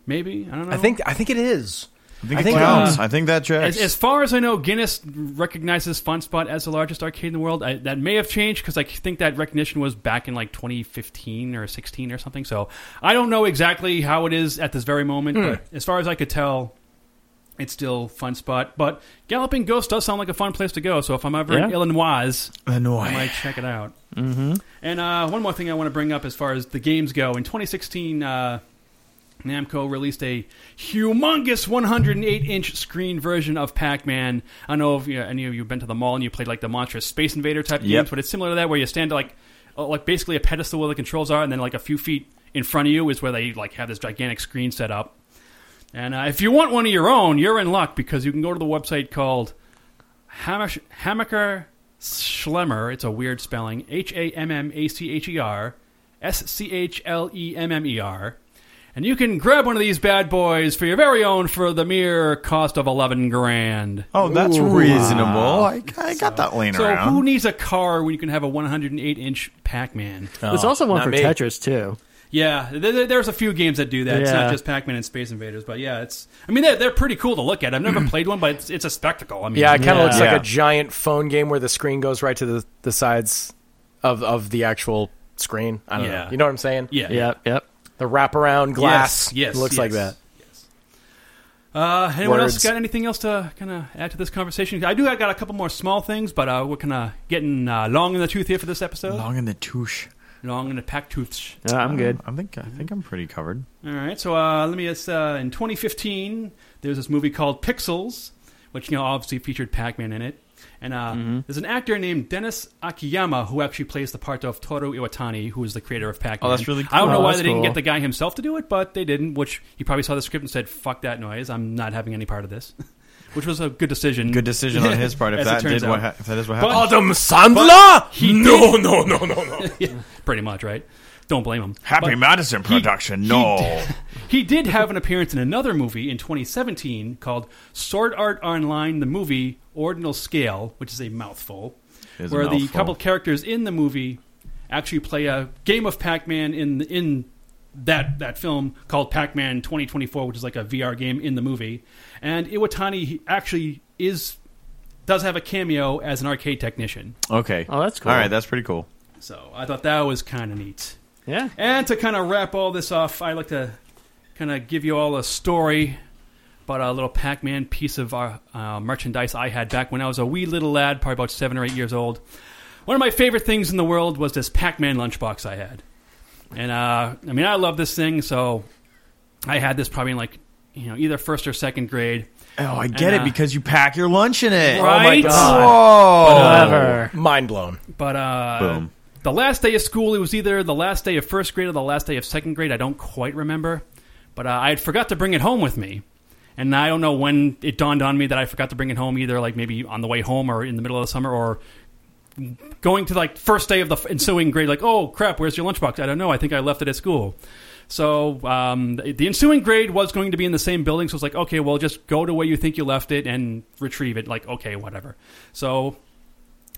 B: Maybe I don't know.
G: I think I think it is. I
F: I think it counts.
G: uh,
F: I think that tracks.
B: As, as far as I know, Guinness recognizes FunSpot as the largest arcade in the world. I, that may have changed because I think that recognition was back in like 2015 or 16 or something. So I don't know exactly how it is at this very moment. But as far as I could tell, it's still FunSpot. But Galloping Ghost does sound like a fun place to go. So if I'm ever in
E: Yeah.
B: Illinois, I
G: Illinois.
B: might check it out. Mm-hmm. And uh, one more thing I want to bring up as far as the games go. In 2016, uh, Namco released a humongous 108-inch screen version of Pac-Man. I don't know if you know, any of you have been to the mall and you played like the monstrous Space Invader type
F: Yep.
B: games, but it's similar to that where you stand like uh, like basically a pedestal where the controls are, and then like a few feet in front of you is where they like have this gigantic screen set up. And uh, if you want one of your own, you're in luck because you can go to the website called Hamish, Hamaker Schlemmer. It's a weird spelling. H A M M A C H E R S C H L E M M E R. And you can grab one of these bad boys for your very own for the mere cost of 11 grand.
F: oh, that's reasonable. I, I got that laying
B: So
F: around.
B: who needs a car when you can have a 108 inch Pac-Man?
F: Oh.
E: There's also one
D: not
E: for
D: me.
E: Tetris too.
B: Yeah, there- there- there's a few games that do that. It's not
E: Yeah.
B: just Pac-Man and Space Invaders, but yeah, it's. I mean, they're, they're pretty cool to look at. I've never played one, but it's, it's a spectacle. I mean,
D: Yeah, it kind of
E: Yeah.
D: looks
F: Yeah.
D: like a giant phone game where the screen goes right to the, the sides of of the actual screen. I don't
B: Yeah.
D: know. You know what I'm saying?
B: yeah,
E: Yep, yep.
D: The wraparound glass.
B: Yes, yes,
D: looks like
B: yes.
D: that.
B: Uh, anyone else
D: Words.
B: got anything else to kind of add to this conversation? I do. I got a couple more small things, but uh, we're kind of getting uh, long in the tooth here for this episode. Long,
F: Long in the touche.
B: in the pack tooths.
E: Uh, I'm good.
F: I think I think I'm pretty covered.
B: All right, so uh, let me just. Uh, in 2015, there's this movie called Pixels, which you know obviously featured Pac-Man in it, and uh,
F: Mm-hmm.
B: there's an actor named Dennis Akiyama who actually plays the part of Toru Iwatani, who is the creator of Pac-Man.
F: Oh, that's really
B: I don't
E: cool.
B: know
E: Oh,
B: why
E: that's
B: they didn't get
E: cool.
B: the guy himself to do it, but they didn't. Which he probably saw the script and said, "Fuck that noise! I'm not having any part of this." *laughs* Which was a good decision.
F: Good decision on his part. If
B: *laughs* As it
F: that
B: turns
F: did what
B: out.
F: ha- Oh, if that is what
B: But-
F: happened.
D: Adam Sandler?
B: he
D: no,
B: *laughs*
D: no, no, no, no.
B: pretty much, right? Don't blame him.
F: Happy
B: But
F: Madison production. no.
B: *laughs* He did have an appearance in another movie in 2017 called Sword Art Online, the movie Ordinal Scale, which is a mouthful,
F: Is a
B: where the
F: mouthful.
B: couple characters in the movie actually play a game of Pac-Man in in that that film called Pac-Man 2024, which is like a VR game in the movie. And Iwatani he actually is does have a cameo as an arcade technician.
F: Okay.
E: Oh, that's cool.
F: All right, that's pretty cool.
B: So I thought that was kind of neat.
E: Yeah.
B: And to kind of wrap all this off, I'd like to kind of give you all a story about a little Pac Man piece of uh, uh, merchandise I had back when I was a wee little lad, probably about seven or eight years old. One of my favorite things in the world was this Pac Man lunchbox I had. And uh, I mean, I love this thing, so I had this probably in like, you know, either first or second grade.
F: Oh, I get
B: And,
F: it
B: uh,
F: because you pack your lunch in it. Oh.
B: Right? uh,
F: Whoa.
E: Clever.
D: Mind blown.
B: But uh,
F: Boom.
B: the last day of school, it was either the last day of first grade or the last day of second grade. I don't quite remember. But uh, I had forgot to bring it home with me. And I don't know when it dawned on me that I forgot to bring it home, either like maybe on the way home or in the middle of the summer or going to like first day of the f- ensuing grade, like, oh crap, where's your lunchbox? I don't know. I think I left it at school. So um, the, the ensuing grade was going to be in the same building. So it's like, okay, well, just go to where you think you left it and retrieve it. Like, okay, whatever. So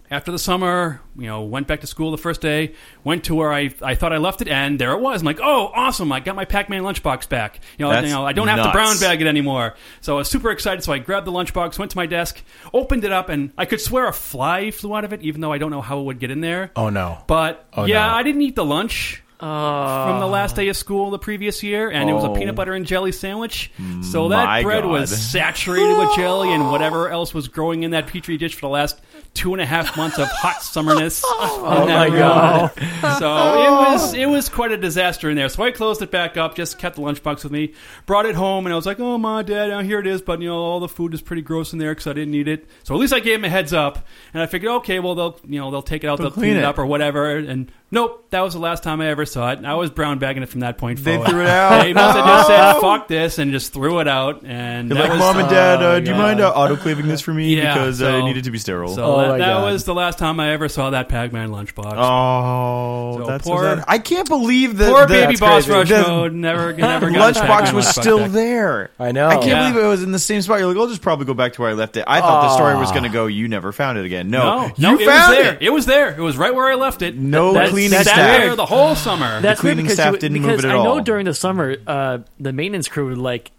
B: after the summer, you know, went back to school the first day, went to where I, I thought I left it, and there it was. I'm like, oh, awesome! I got my Pac-Man lunchbox back. You know,
F: That's
B: you know, I don't have to
F: nuts.
B: brown bag it anymore. So I was super excited. So I grabbed the lunchbox, went to my desk, opened it up, and I could swear a fly flew out of it, even though I don't know how it would get in there.
D: Oh, no.
B: But
D: Oh,
B: yeah,
D: no.
B: I didn't eat the lunch from the last day of school the previous year, and it was a
F: Oh.
B: peanut butter and jelly sandwich. So
F: My
B: that bread was
F: God.
B: saturated with jelly and whatever else was growing in that petri dish for the last two and a half months of hot
E: *laughs*
B: summerness. oh
E: my God.
B: *laughs* So
F: Oh.
B: it was it was quite a disaster in there. So I closed it back up, just kept the lunchbox with me, brought it home, and I was like, "Oh, my dad, now here it is." But you know, all the food is pretty gross in there because I didn't eat it. So at least I gave him a heads up, and I figured, okay, well they'll you know they'll take it out, they'll, clean,
F: clean
B: it
F: it.
B: up or whatever. And nope, that was the last time I ever saw it. And I was brown bagging it from that point
F: They
B: forward. *laughs*
F: threw it out.
B: They must have just
F: *laughs*
B: said "fuck this" and just threw it out. And
F: You're
B: that
F: like,
B: was
F: mom and dad,
E: Oh,
F: uh, do you
E: God.
F: mind uh, autoclaving this for me
B: Yeah,
F: because uh,
B: so-
F: it needed to be sterile?
B: so
D: Oh, my
B: that
D: God.
B: was the last time I ever saw that Pac-Man lunchbox.
F: Oh,
B: So
F: that's so
B: poor-
F: sad. I can't believe that
B: Poor
F: the-
B: baby
F: that's
B: boss
F: crazy.
B: rush
F: The
B: mode never
F: *laughs*
B: never got
F: Lunchbox
B: Pac-Man
F: was
B: lunchbox
F: still
B: back.
F: there.
D: I know.
F: I can't
B: Yeah.
F: believe it was in the same spot. You're like, I'll just probably go back to where I left it. I thought the story was going to go. You never found it again. No,
B: Ah. No, Oh, no,
F: you
B: it was
F: found
B: there. It. was there. It was right where I left it.
F: No
B: that,
F: cleaning
B: that,
F: staff. *laughs*
B: there the whole summer.
E: That's weird
F: cleaning
E: because
F: staff
E: you would-
F: didn't move
E: because
F: it at
E: I
F: all.
E: know during the summer, uh, the maintenance crew would like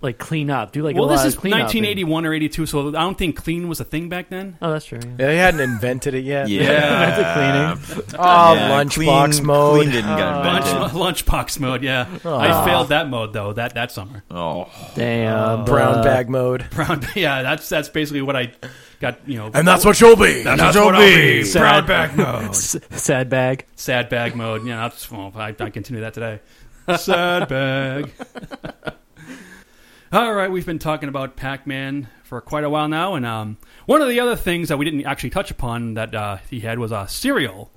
E: like clean up, do like
B: well,
E: a lot
B: this is
E: of cleanup. and-
B: 1981 or 82, so I don't think clean was a thing back then.
E: Oh, that's true. yeah.
D: They hadn't invented it yet.
F: Yeah,
D: Oh,
F: Yeah,
D: lunchbox
F: clean-
D: mode.
F: Clean didn't get
B: Lunch,
F: invented.
B: Uh, *laughs* lunchbox mode, yeah. I failed that mode though. That that summer, *laughs*
F: Oh,
E: Damn,
D: Brown
F: uh,
E: bruh.
D: bag mode.
B: brown. Yeah, that's that's basically what I got. You know,
D: what you'll be.
B: that's what I'll be. Brown *laughs*
E: Sad-
B: bag mode,
E: S- *laughs* sad bag.
B: sad bag mode. Yeah, that's well, I, I continue that today. Sad bag. *laughs* All right, we've been talking about Pac-Man for quite a while now, and um, one of the other things that we didn't actually touch upon that uh, he had was uh, cereal.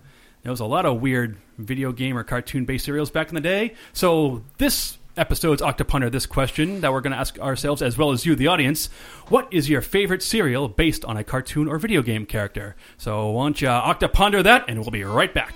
B: There was a lot of weird video game or cartoon-based cereals back in the day. So this episode's Octopunter, this question that we're going to ask ourselves as well as you, the audience, what is your favorite cereal based on a cartoon or video game character? So why don't you uh, Octoponder that, and we'll be right back.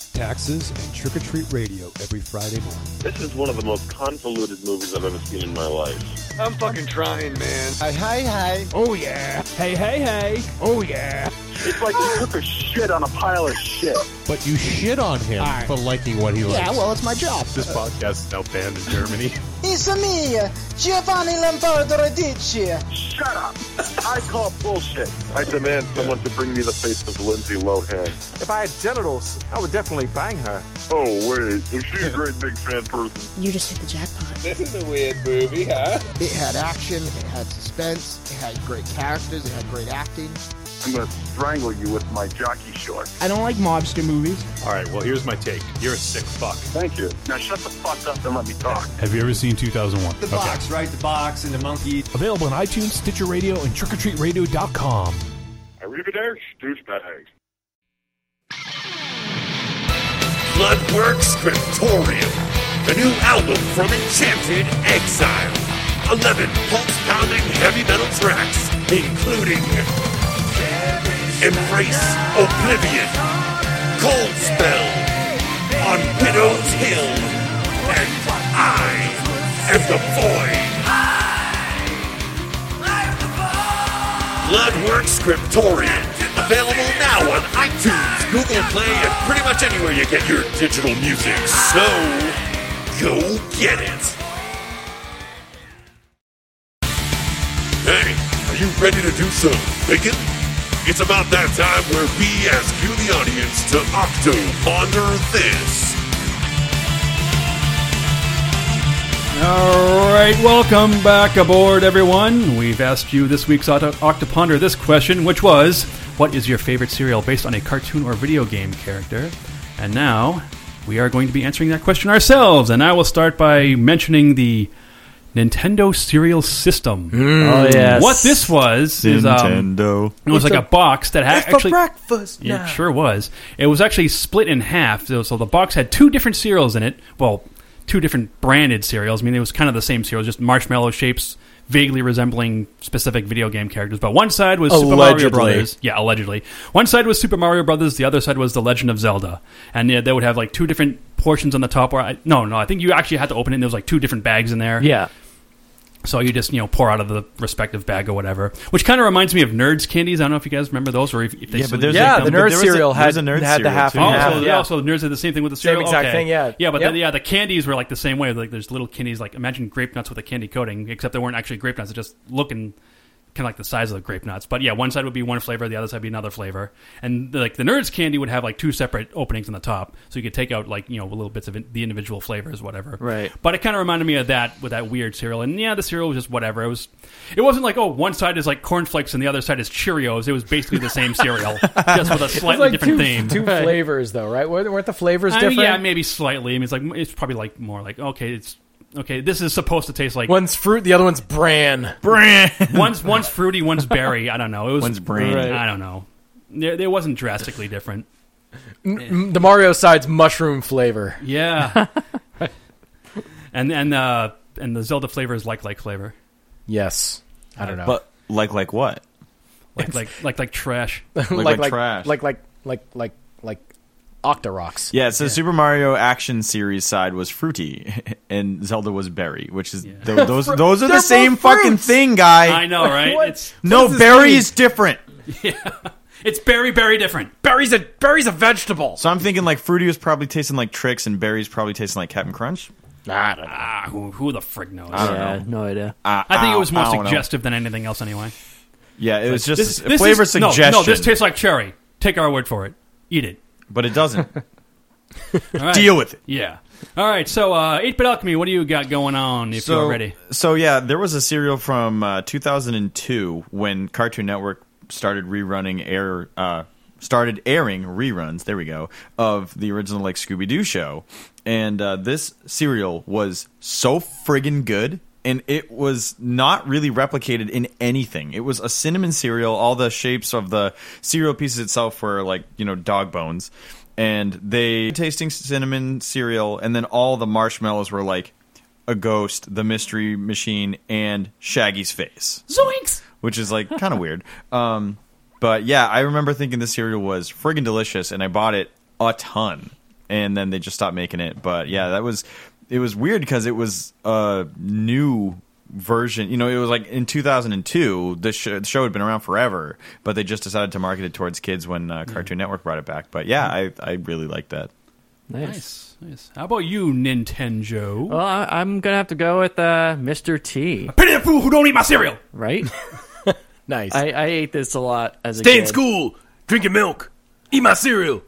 H: Taxes, and Trick or Treat Radio every Friday morning.
I: This is one of the most convoluted movies I've ever seen in my life.
A: I'm fucking trying, man.
H: Hi, hi, hi.
I: It's like they took a shit on a pile of shit.
H: But you shit on him for liking what he likes. Yeah, well, it's my job.
J: This podcast is now banned in Germany.
K: It's me, Giovanni Lombardo Radici.
I: Shut up! I call bullshit. I demand someone to bring me the face of Lindsay Lohan.
A: If I had genitals, I would definitely bang her.
I: Oh wait, is she a great big fan person?
K: You just hit the jackpot.
H: It had action, it had suspense, it had great characters, it had great acting.
I: I'm gonna strangle you with my jockey shorts.
K: I don't like mobster movies.
J: All right, well, here's my take. You're a sick fuck.
I: Thank you. Now shut the fuck up and let me talk.
J: Have you ever seen 2001? The
A: Box, right? The box and the monkey.
J: Available on iTunes, Stitcher Radio, and trickortreatradio.com.
I: Arrivederci, douchebags.
A: Bloodworks Scriptorium, the new album from Enchanted Exile. 11 pulse pounding heavy metal tracks, including Embrace Oblivion, Cold Spell, On Widow's Hill, and I Am the Void. Bloodworks Scriptorium. Available now on iTunes, Google Play, and pretty much anywhere you get your digital music. So, go get it. Hey, are you ready to do some thinking? It's about that time where we ask you, the audience, to octo ponder this.
B: All right, welcome back aboard, everyone. We've asked you this week's Octo- Octoponder this question, which was What is your favorite cereal based on a cartoon or video game character? And now we are going to be answering that question ourselves. And I will start by mentioning the Nintendo Cereal System.
F: Mm.
E: Oh yeah.
B: What this was is um, it was like a box that had actually
G: breakfast.
B: yeah, It sure was. It was actually split in half. So so the box had two different cereals in it. Well, two different branded cereals. I mean, it was kind of the same cereal, just marshmallow shapes, vaguely resembling specific video game characters. But one side was Super Mario
D: Allegedly.
B: Brothers. Yeah, allegedly. One side was Super Mario Brothers. The other side was The Legend of Zelda. And yeah, they would have like two different portions on the top. Where I, no, no, I think you actually had to open it. and There was like two different bags in there.
E: Yeah.
B: So you just you know pour out of the respective bag or whatever. Which kind of reminds me of Nerds candies. I don't know if you guys remember those or if, if they
F: Yeah,
B: still
F: but there's
B: exist.
D: Yeah,
F: like,
D: the
F: um, but
D: nerd
F: there was a-
D: cereal
F: there
D: had,
F: was a nerd
D: had the
F: cereal,
D: half
F: too.
D: and
B: Oh,
D: half.
B: so,
D: yeah.
B: oh, so the nerds did the same thing with the
D: Same
B: cereal.
D: exact
B: Okay.
D: thing, yeah.
B: Yeah, but
D: Yep.
B: the, yeah, the candies were like the same way. Like there's little candies, like imagine grape nuts with a candy coating, except they weren't actually grape nuts. They're just looking kind of like the size of the grape nuts. But yeah, one side would be one flavor, the other side would be another flavor, and like the nerds candy would have like two separate openings on the top, so you could take out like you know little bits of in- the individual flavors, whatever.
E: Right.
B: But it kind of reminded me of that with that weird cereal, and yeah, the cereal was just whatever. It was, it wasn't like oh one side is like cornflakes and the other side is Cheerios. It was basically the same
D: *laughs*
B: cereal, just with a slightly different
D: two,
B: theme.
D: two flavors, though, right? Weren't weren't the flavors
B: I mean,
D: different?
B: yeah, maybe slightly. I mean, it's like it's probably like more like okay, it's okay, this is supposed to taste like
D: one's fruit, the other one's bran.
F: *laughs*
B: Bran. one's one's fruity, one's berry. I don't know. It was
D: One's bran. Right.
B: I don't know. There, there wasn't drastically different.
D: The Mario side's mushroom flavor. *laughs*
B: Yeah. *laughs* and and uh and the Zelda flavor is like like flavor.
D: Yes. I don't know.
F: But like, like what?
B: Like like like like
D: *laughs*
B: trash.
F: *laughs* like trash.
D: Like like like like like Octorox.
F: Yeah, so Super Mario Action Series side was fruity, *laughs* and Zelda was berry, which is
B: *laughs*
F: tho- those those are
D: They're
F: the same
D: both
F: fucking
D: fruits!
F: thing, guy.
B: I know, right?
D: What?
B: It's
F: No,
D: does this
F: berry
D: mean?
F: is different.
B: it's very very different.
D: Berries a berries a vegetable.
F: So I'm thinking like fruity was probably tasting like tricks, and berries probably tasting like Captain Crunch.
D: I don't know.
B: Ah, who, who the frig knows?
F: I don't
E: yeah,
F: know.
E: no idea.
F: I,
B: I think it was more
F: I don't know.
B: suggestive than anything else, anyway.
F: Yeah, it was just
B: This,
F: a
B: this
F: flavor
B: is, no,
F: suggestion,
B: No, this tastes like cherry. Take our word for it. Eat it.
F: but it doesn't.
B: *laughs* All right.
F: Deal with it.
B: Yeah. All right. So, uh, 8-bit alchemy. What do you got going on? If you're ready,
F: So yeah, there was a serial from uh, 2002 when Cartoon Network started rerunning air uh, started airing reruns. There we go of the original like Scooby Doo show, and uh, this serial was so friggin' good. And it was not really replicated in anything. It was a cinnamon cereal. All the shapes of the cereal pieces itself were like, you know, dog bones. And they tasting cinnamon cereal, and then all the marshmallows were like a ghost, the mystery machine, and Shaggy's face,
B: Zoinks.
F: which is like
E: *laughs*
F: kind of weird. Um, but yeah, I remember thinking this cereal was friggin' delicious, and I bought it a ton. And then they just stopped making it. But yeah, that was it was weird because it was a new version. You know, it was like in 2002, the, sh- the show had been around forever, but they just decided to market it towards kids when uh, Cartoon Network brought it back. But yeah, I I really liked that.
E: Nice.
B: Nice. Nice. How about you, Nintendo?
E: Well, I, I'm gonna have to go with uh, Mr. T.
B: Pity the fool who don't eat my cereal.
E: Right?
D: Nice.
E: I, I ate this a lot as a
L: Stay
E: kid.
L: in school, drink your milk, eat my cereal.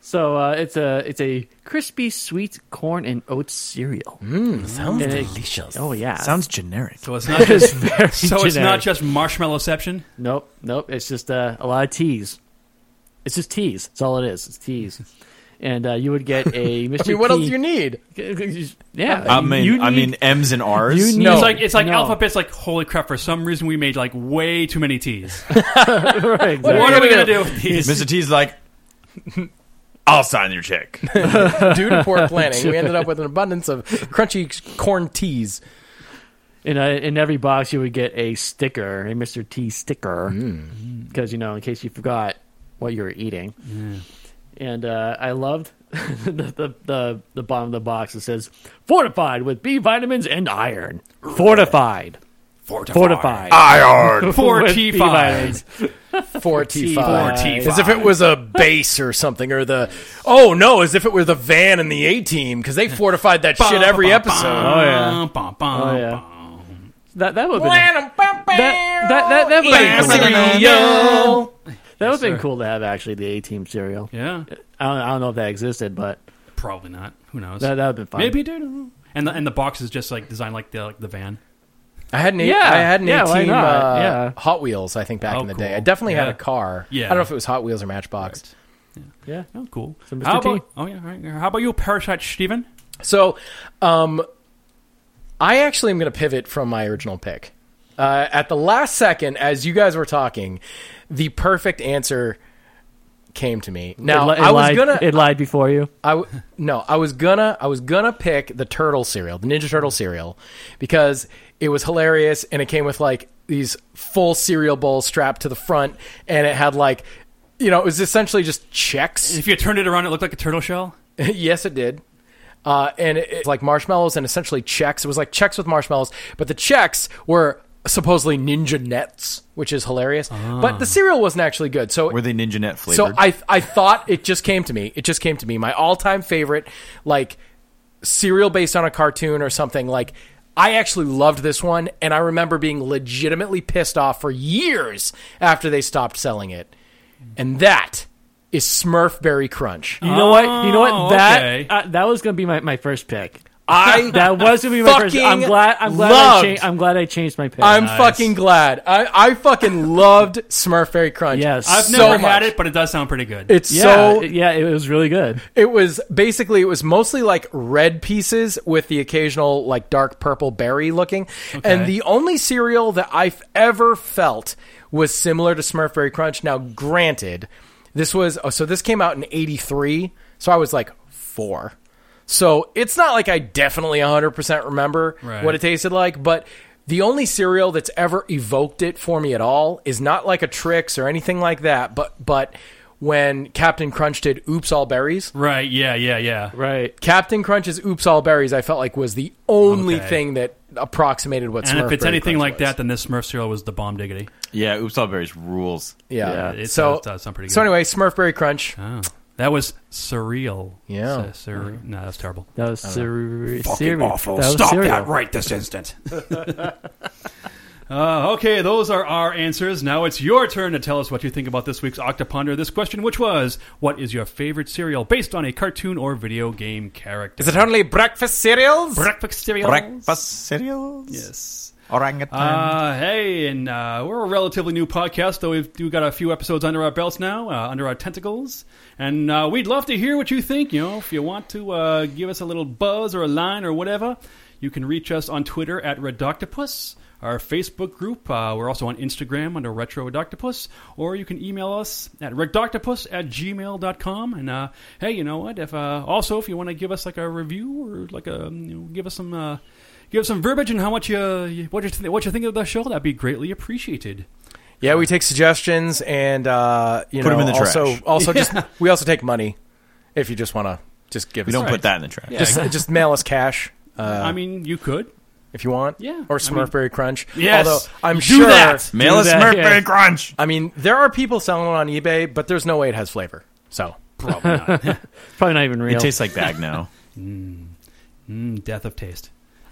E: So uh, it's a it's a crispy sweet corn and oats cereal.
D: sounds
E: And it-
D: delicious.
E: Oh yeah,
L: generic.
B: So it's not
E: *laughs*
B: just *laughs*
E: very
B: so it's not
E: generic.
B: just marshmallowception.
E: Nope, nope. It's just uh, a lot of teas. It's just teas. That's all it is. It's teas. And uh, you would get a Mr.
D: I mean, what else do you
E: *laughs*
D: need?
E: need? Yeah,
F: I mean,
E: you
F: I
E: need-
F: mean M's and R's.
E: you need-
B: it's like it's like
E: no.
B: alphabet's like holy crap. For some reason, we made like way too many
E: *laughs*
B: T's.
E: Right,
B: *laughs* what
E: exactly.
B: are we gonna do with these?
F: Mr. T's like, *laughs* I'll sign your *laughs* check.
D: Due to poor planning, we ended up with an abundance of crunchy corn teas.
E: In, a, in every box, you would get a sticker, a Mr. T sticker,
B: Hmm.
E: because you know, in case you forgot what you were eating. And uh, I loved *laughs* the, the the the bottom of the box. It says fortified with B vitamins and iron. Fortified,
B: Fortified. Uh,
E: fortified.
L: Iron.
B: Four
E: *laughs* With
B: T
E: B
B: fives.
E: vitamins.
D: Four T five.
B: T5.
D: As if it was a base or something, or the oh no, as if it were the van and the A team because they fortified that shit every episode.
E: Oh, yeah.
B: Bum, bum,
E: Oh, yeah.
B: bum.
E: That that would have been that that that that would
D: Bam,
E: have been, cool.
D: cereal.
E: that would have been cool to have actually the A team cereal.
B: Yeah.
E: I don't, I don't know if that existed, but
B: Probably not. Who knows?
E: that that would have been fun.
B: Maybe do. And the and the box is just like designed like the like the van.
D: I had an eight,
E: Yeah,
D: I had an
E: yeah, why
D: eighteen
E: not?
D: uh,
E: Yeah.
D: Hot Wheels. I think back
B: Oh,
D: in the
B: cool.
D: day, I definitely had
B: Yeah.
D: a car.
B: Yeah.
D: I don't know if it was Hot Wheels or Matchbox.
E: yeah.
B: Oh, cool.
E: So, Mr.
B: How
E: T.
B: about, oh yeah. all right. How about you, Parasite Steven?
D: So, um, I actually am going to pivot from my original pick. Uh, at the last second, as you guys were talking, the perfect answer came to me. Now
E: it, li- it
D: I was
E: lied,
D: gonna,
E: it lied before you.
D: I w- no, I was gonna, I was gonna pick the turtle cereal, the Ninja Turtle cereal, because it was hilarious and it came with like these full cereal bowls strapped to the front, and it had like, you know, it was essentially just checks.
B: If you turned it around, it looked like a turtle shell.
D: *laughs* yes, it did. Uh, and it, it- like marshmallows and essentially checks. It was like checks with marshmallows, but the checks were supposedly ninja nets, which is hilarious. But the cereal wasn't actually good. So
F: *laughs* Ah. Were they Ninja Net
D: so
F: flavored?
D: I I thought it just came to me. It just came to me. My all time favorite, like cereal based on a cartoon or something. Like I actually loved this one, and I remember being legitimately pissed off for years after they stopped selling it. And that is Smurfberry Crunch.
E: You know what? You know
B: Oh,
E: what? That
B: okay.
E: uh, *laughs* that was going to be my, my first pick.
D: I
E: that was gonna be my first. I'm
D: fucking
E: glad. I'm glad.
D: loved-
E: I cha- I'm glad I changed my pick.
D: I'm fucking glad. I, I fucking loved Smurf Fairy Crunch.
E: Yes.
B: I've
D: so
B: never
D: much.
B: had it, but it does sound pretty good.
D: It's so
E: yeah, it was really good.
D: It was basically it was mostly like red pieces with the occasional like dark purple berry looking. And the only cereal that I've ever felt was similar to Smurf Berry Crunch. Now, granted, this was oh, so this came out in 83, so I was like 4. So, it's not like I definitely 100% remember
L: Right.
D: what it tasted like, but the only cereal that's ever evoked it for me at all is not like a Trix or anything like that, but but when Captain Crunch did Oops All Berries.
B: Right, yeah, yeah, yeah.
E: Right.
D: Captain Crunch's Oops All Berries I felt like was the only
B: Okay.
D: thing that approximated what
B: and
D: Smurf
B: if it's
D: Berry
B: anything
D: Crunch
B: like that, then this Smurf cereal was the bomb diggity.
F: Yeah, Oops All Berries rules.
D: Yeah.
B: it
D: so,
B: does, does sound pretty good.
D: So anyway, Smurfberry Crunch.
B: Oh. that was surreal.
D: Yeah. Mm-hmm.
B: Sur- surre- No, that's terrible.
E: That was
B: I don't know.
E: surre-
B: Uh, Fucking
E: surreal.
B: awful.
E: That was
B: Stop
E: surreal.
B: that right this instant. Uh, okay, those are our answers. Now it's your turn to tell us what you think about this week's Octoponder. This question, which was, what is your favorite cereal based on a cartoon or video game character?
D: Is it only breakfast cereals?
B: Breakfast cereals.
F: Breakfast cereals?
B: Yes.
F: Orangutan.
B: Uh, hey, and uh, we're a relatively new podcast, though we've do got a few episodes under our belts now, uh, under our tentacles, and uh, we'd love to hear what you think. You know, if you want to uh, give us a little buzz or a line or whatever, you can reach us on Twitter at Redoctopus, our Facebook group. Uh, we're also on Instagram under Retro Redoctopus, or you can email us at redoctopus at gmail.com. And uh, hey, you know what? If uh, also if you want to give us like a review or like a you know, give us some. Uh, give some verbiage and how much you, you what you th- what you think of the show. That'd be greatly appreciated.
D: Yeah, we take suggestions and uh, you
F: Put
D: know
F: 'em in the
D: also
F: trash.
D: also
B: *laughs*
D: just
B: Yeah.
D: we also take money if you just want to just give
F: We
D: us
F: don't put that in the
D: *laughs*
F: trash.
D: Just
B: Yeah.
D: just mail us cash. Uh,
B: I mean, you could.
D: if you want.
B: Yeah.
D: Or
B: I mean-
D: Smurfberry Crunch.
B: Yes.
D: Although I'm
B: Do
D: sure
B: that. Mail Do us that, Smurfberry yeah.
D: Crunch. I mean, there are people selling it on eBay, but there's no way it has flavor. So
B: Probably not.
E: Probably not even real.
F: It tastes like bag now.
B: Mm, death of taste.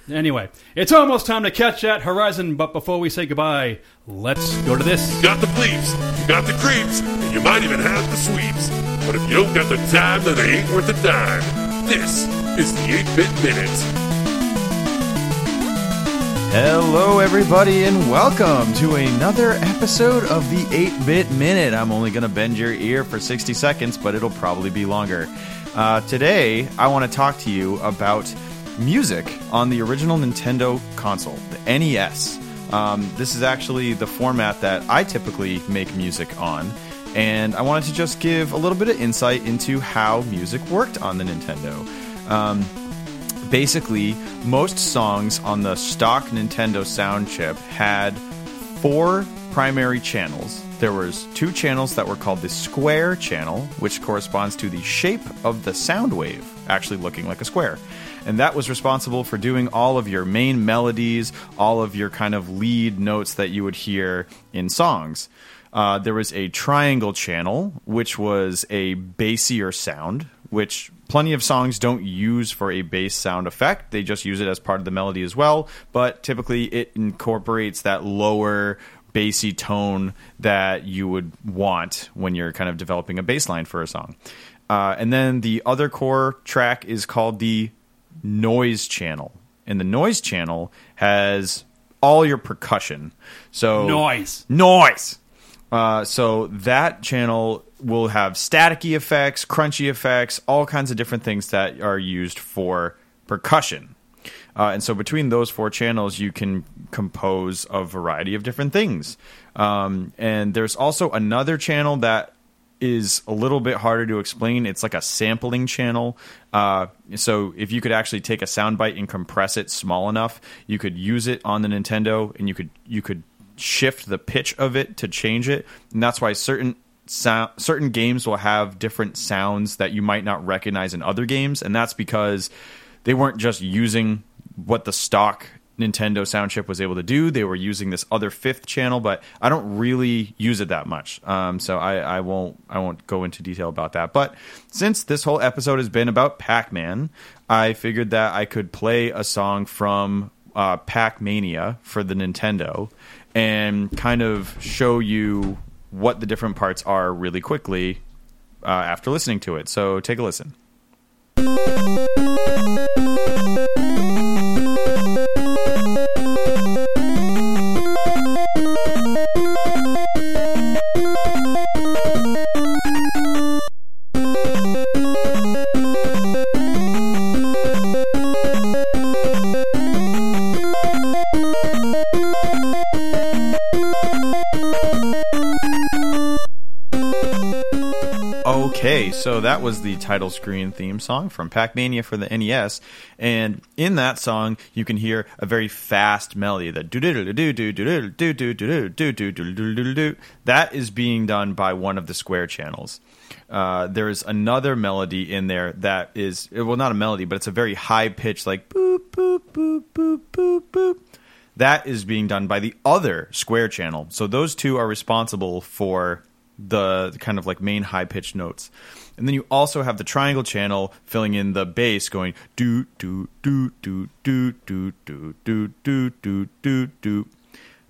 B: Anyway, it's almost time to catch that horizon. But before we say goodbye, let's go to this.
A: Got the bleeps, got the creeps, and you might even have the sweeps. But if you don't got the time, then they ain't worth a dime. This is the 8 Bit Minute.
F: Hello, everybody, and welcome to another episode of the 8 Bit Minute. I'm only going to bend your ear for 60 seconds, but it'll probably be longer. Uh, today, I want to talk to you about music on the original Nintendo console, the NES. Um, this is actually the format that I typically make music on, and I wanted to just give a little bit of insight into how music worked on the Nintendo. Um, basically most songs on the stock Nintendo sound chip had four primary channels. There was two channels that were called the square channel, which corresponds to the shape of the sound wave actually looking like a square. And that was responsible for doing all of your main melodies, all of your kind of lead notes that you would hear in songs. Uh, there was a triangle channel, which was a bassier sound, which plenty of songs don't use for a bass sound effect. They just use it as part of the melody as well. But typically, it incorporates that lower bassy tone that you would want when you're kind of developing a bass line for a song. Uh, and then the other core track is called the noise channel. And the noise channel has all your percussion. So
B: Noise.
F: Noise. Uh, so that channel will have staticky effects, crunchy effects, all kinds of different things that are used for percussion. Uh, and so between those four channels, you can compose a variety of different things. Um, and there's also another channel that is a little bit harder to explain. It's like a sampling channel. Uh, so if you could actually take a sound bite and compress it small enough, you could use it on the Nintendo, and you could you could shift the pitch of it to change it. And that's why certain sound, certain games will have different sounds that you might not recognize in other games, and that's because they weren't just using what the stock Nintendo sound chip was able to do. They were using this other fifth channel, but I don't really use it that much. Um, so I, I won't I won't go into detail about that. But since this whole episode has been about Pac-Man, I figured that I could play a song from uh, Pac-Mania for the Nintendo and kind of show you what the different parts are really quickly uh, after listening to it. So take a listen.
M: Pac-Man.
F: Okay, so that was the title screen theme song from Pac Mania for the NES. And in that song, you can hear a very fast melody that do do do do do do do do do do do do do do. That is being done by one of the square channels. Uh, there is another melody in there that is, well, not a melody, but it's a very high pitch, like boop, boop, boop, boop, boop, boop. That is being done by the other square channel. So those two are responsible for the kind of like main high pitched notes. And then you also have the triangle channel filling in the bass going do do do do do do do do do do do do.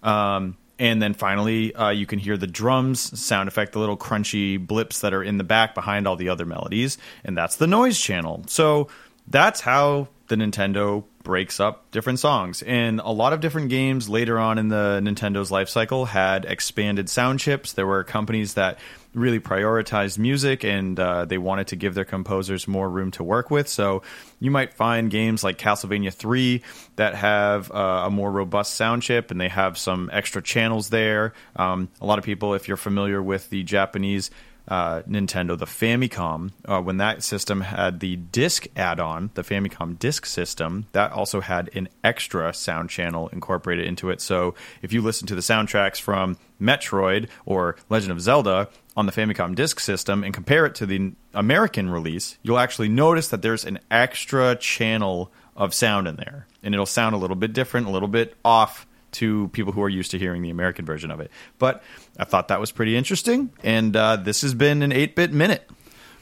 F: Um and then finally, uh, you can hear the drums sound effect, the little crunchy blips that are in the back behind all the other melodies, and that's the noise channel. So that's how the Nintendo breaks up different songs. And a lot of different games later on in the Nintendo's life cycle had expanded sound chips. There were companies that really prioritized music and uh, they wanted to give their composers more room to work with. So you might find games like Castlevania 3 that have uh, a more robust sound chip and they have some extra channels there. Um, a lot of people, if you're familiar with the Japanese uh, Nintendo, the Famicom, uh, when that system had the disc add on, the Famicom disc system, that also had an extra sound channel incorporated into it. So if you listen to the soundtracks from Metroid or Legend of Zelda on the Famicom disc system and compare it to the American release, you'll actually notice that there's an extra channel of sound in there. And it'll sound a little bit different, a little bit off to people who are used to hearing the American version of it. But I thought that was pretty interesting, and uh, this has been an 8 bit minute.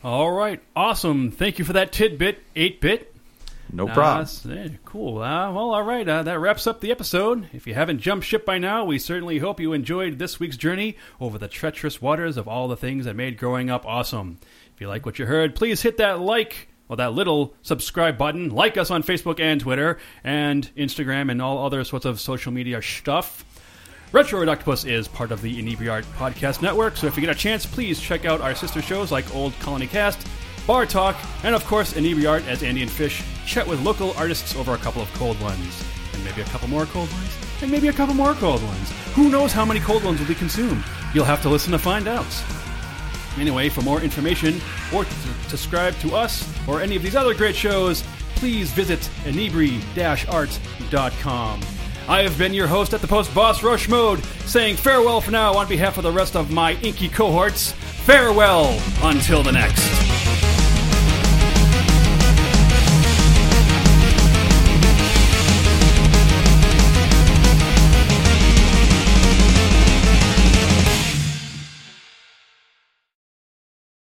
B: All right, awesome. Thank you for that tidbit, eight bit.
F: No
B: Nice.
F: problem.
B: Eh, cool. Uh, well, all right. Uh, that wraps up the episode. If you haven't jumped ship by now, we certainly hope you enjoyed this week's journey over the treacherous waters of all the things that made growing up awesome. If you like what you heard, please hit that like or that little subscribe button. Like us on Facebook and Twitter and Instagram and all other sorts of social media stuff. Retro Octopus is part of the Inebriart Podcast Network, so if you get a chance, please check out our sister shows like Old Colony Cast, Bar Talk, and of course Inebriart as Andy and Fish chat with local artists over a couple of cold ones, and maybe a couple more cold ones, and maybe a couple more cold ones. Who knows how many cold ones will be consumed? You'll have to listen to find out. Anyway, for more information or to subscribe to us or any of these other great shows, please visit inebri-art.com. I have been your host at the Post Boss Rush Mode, saying farewell for now on behalf of the rest of my inky cohorts. Farewell until the next.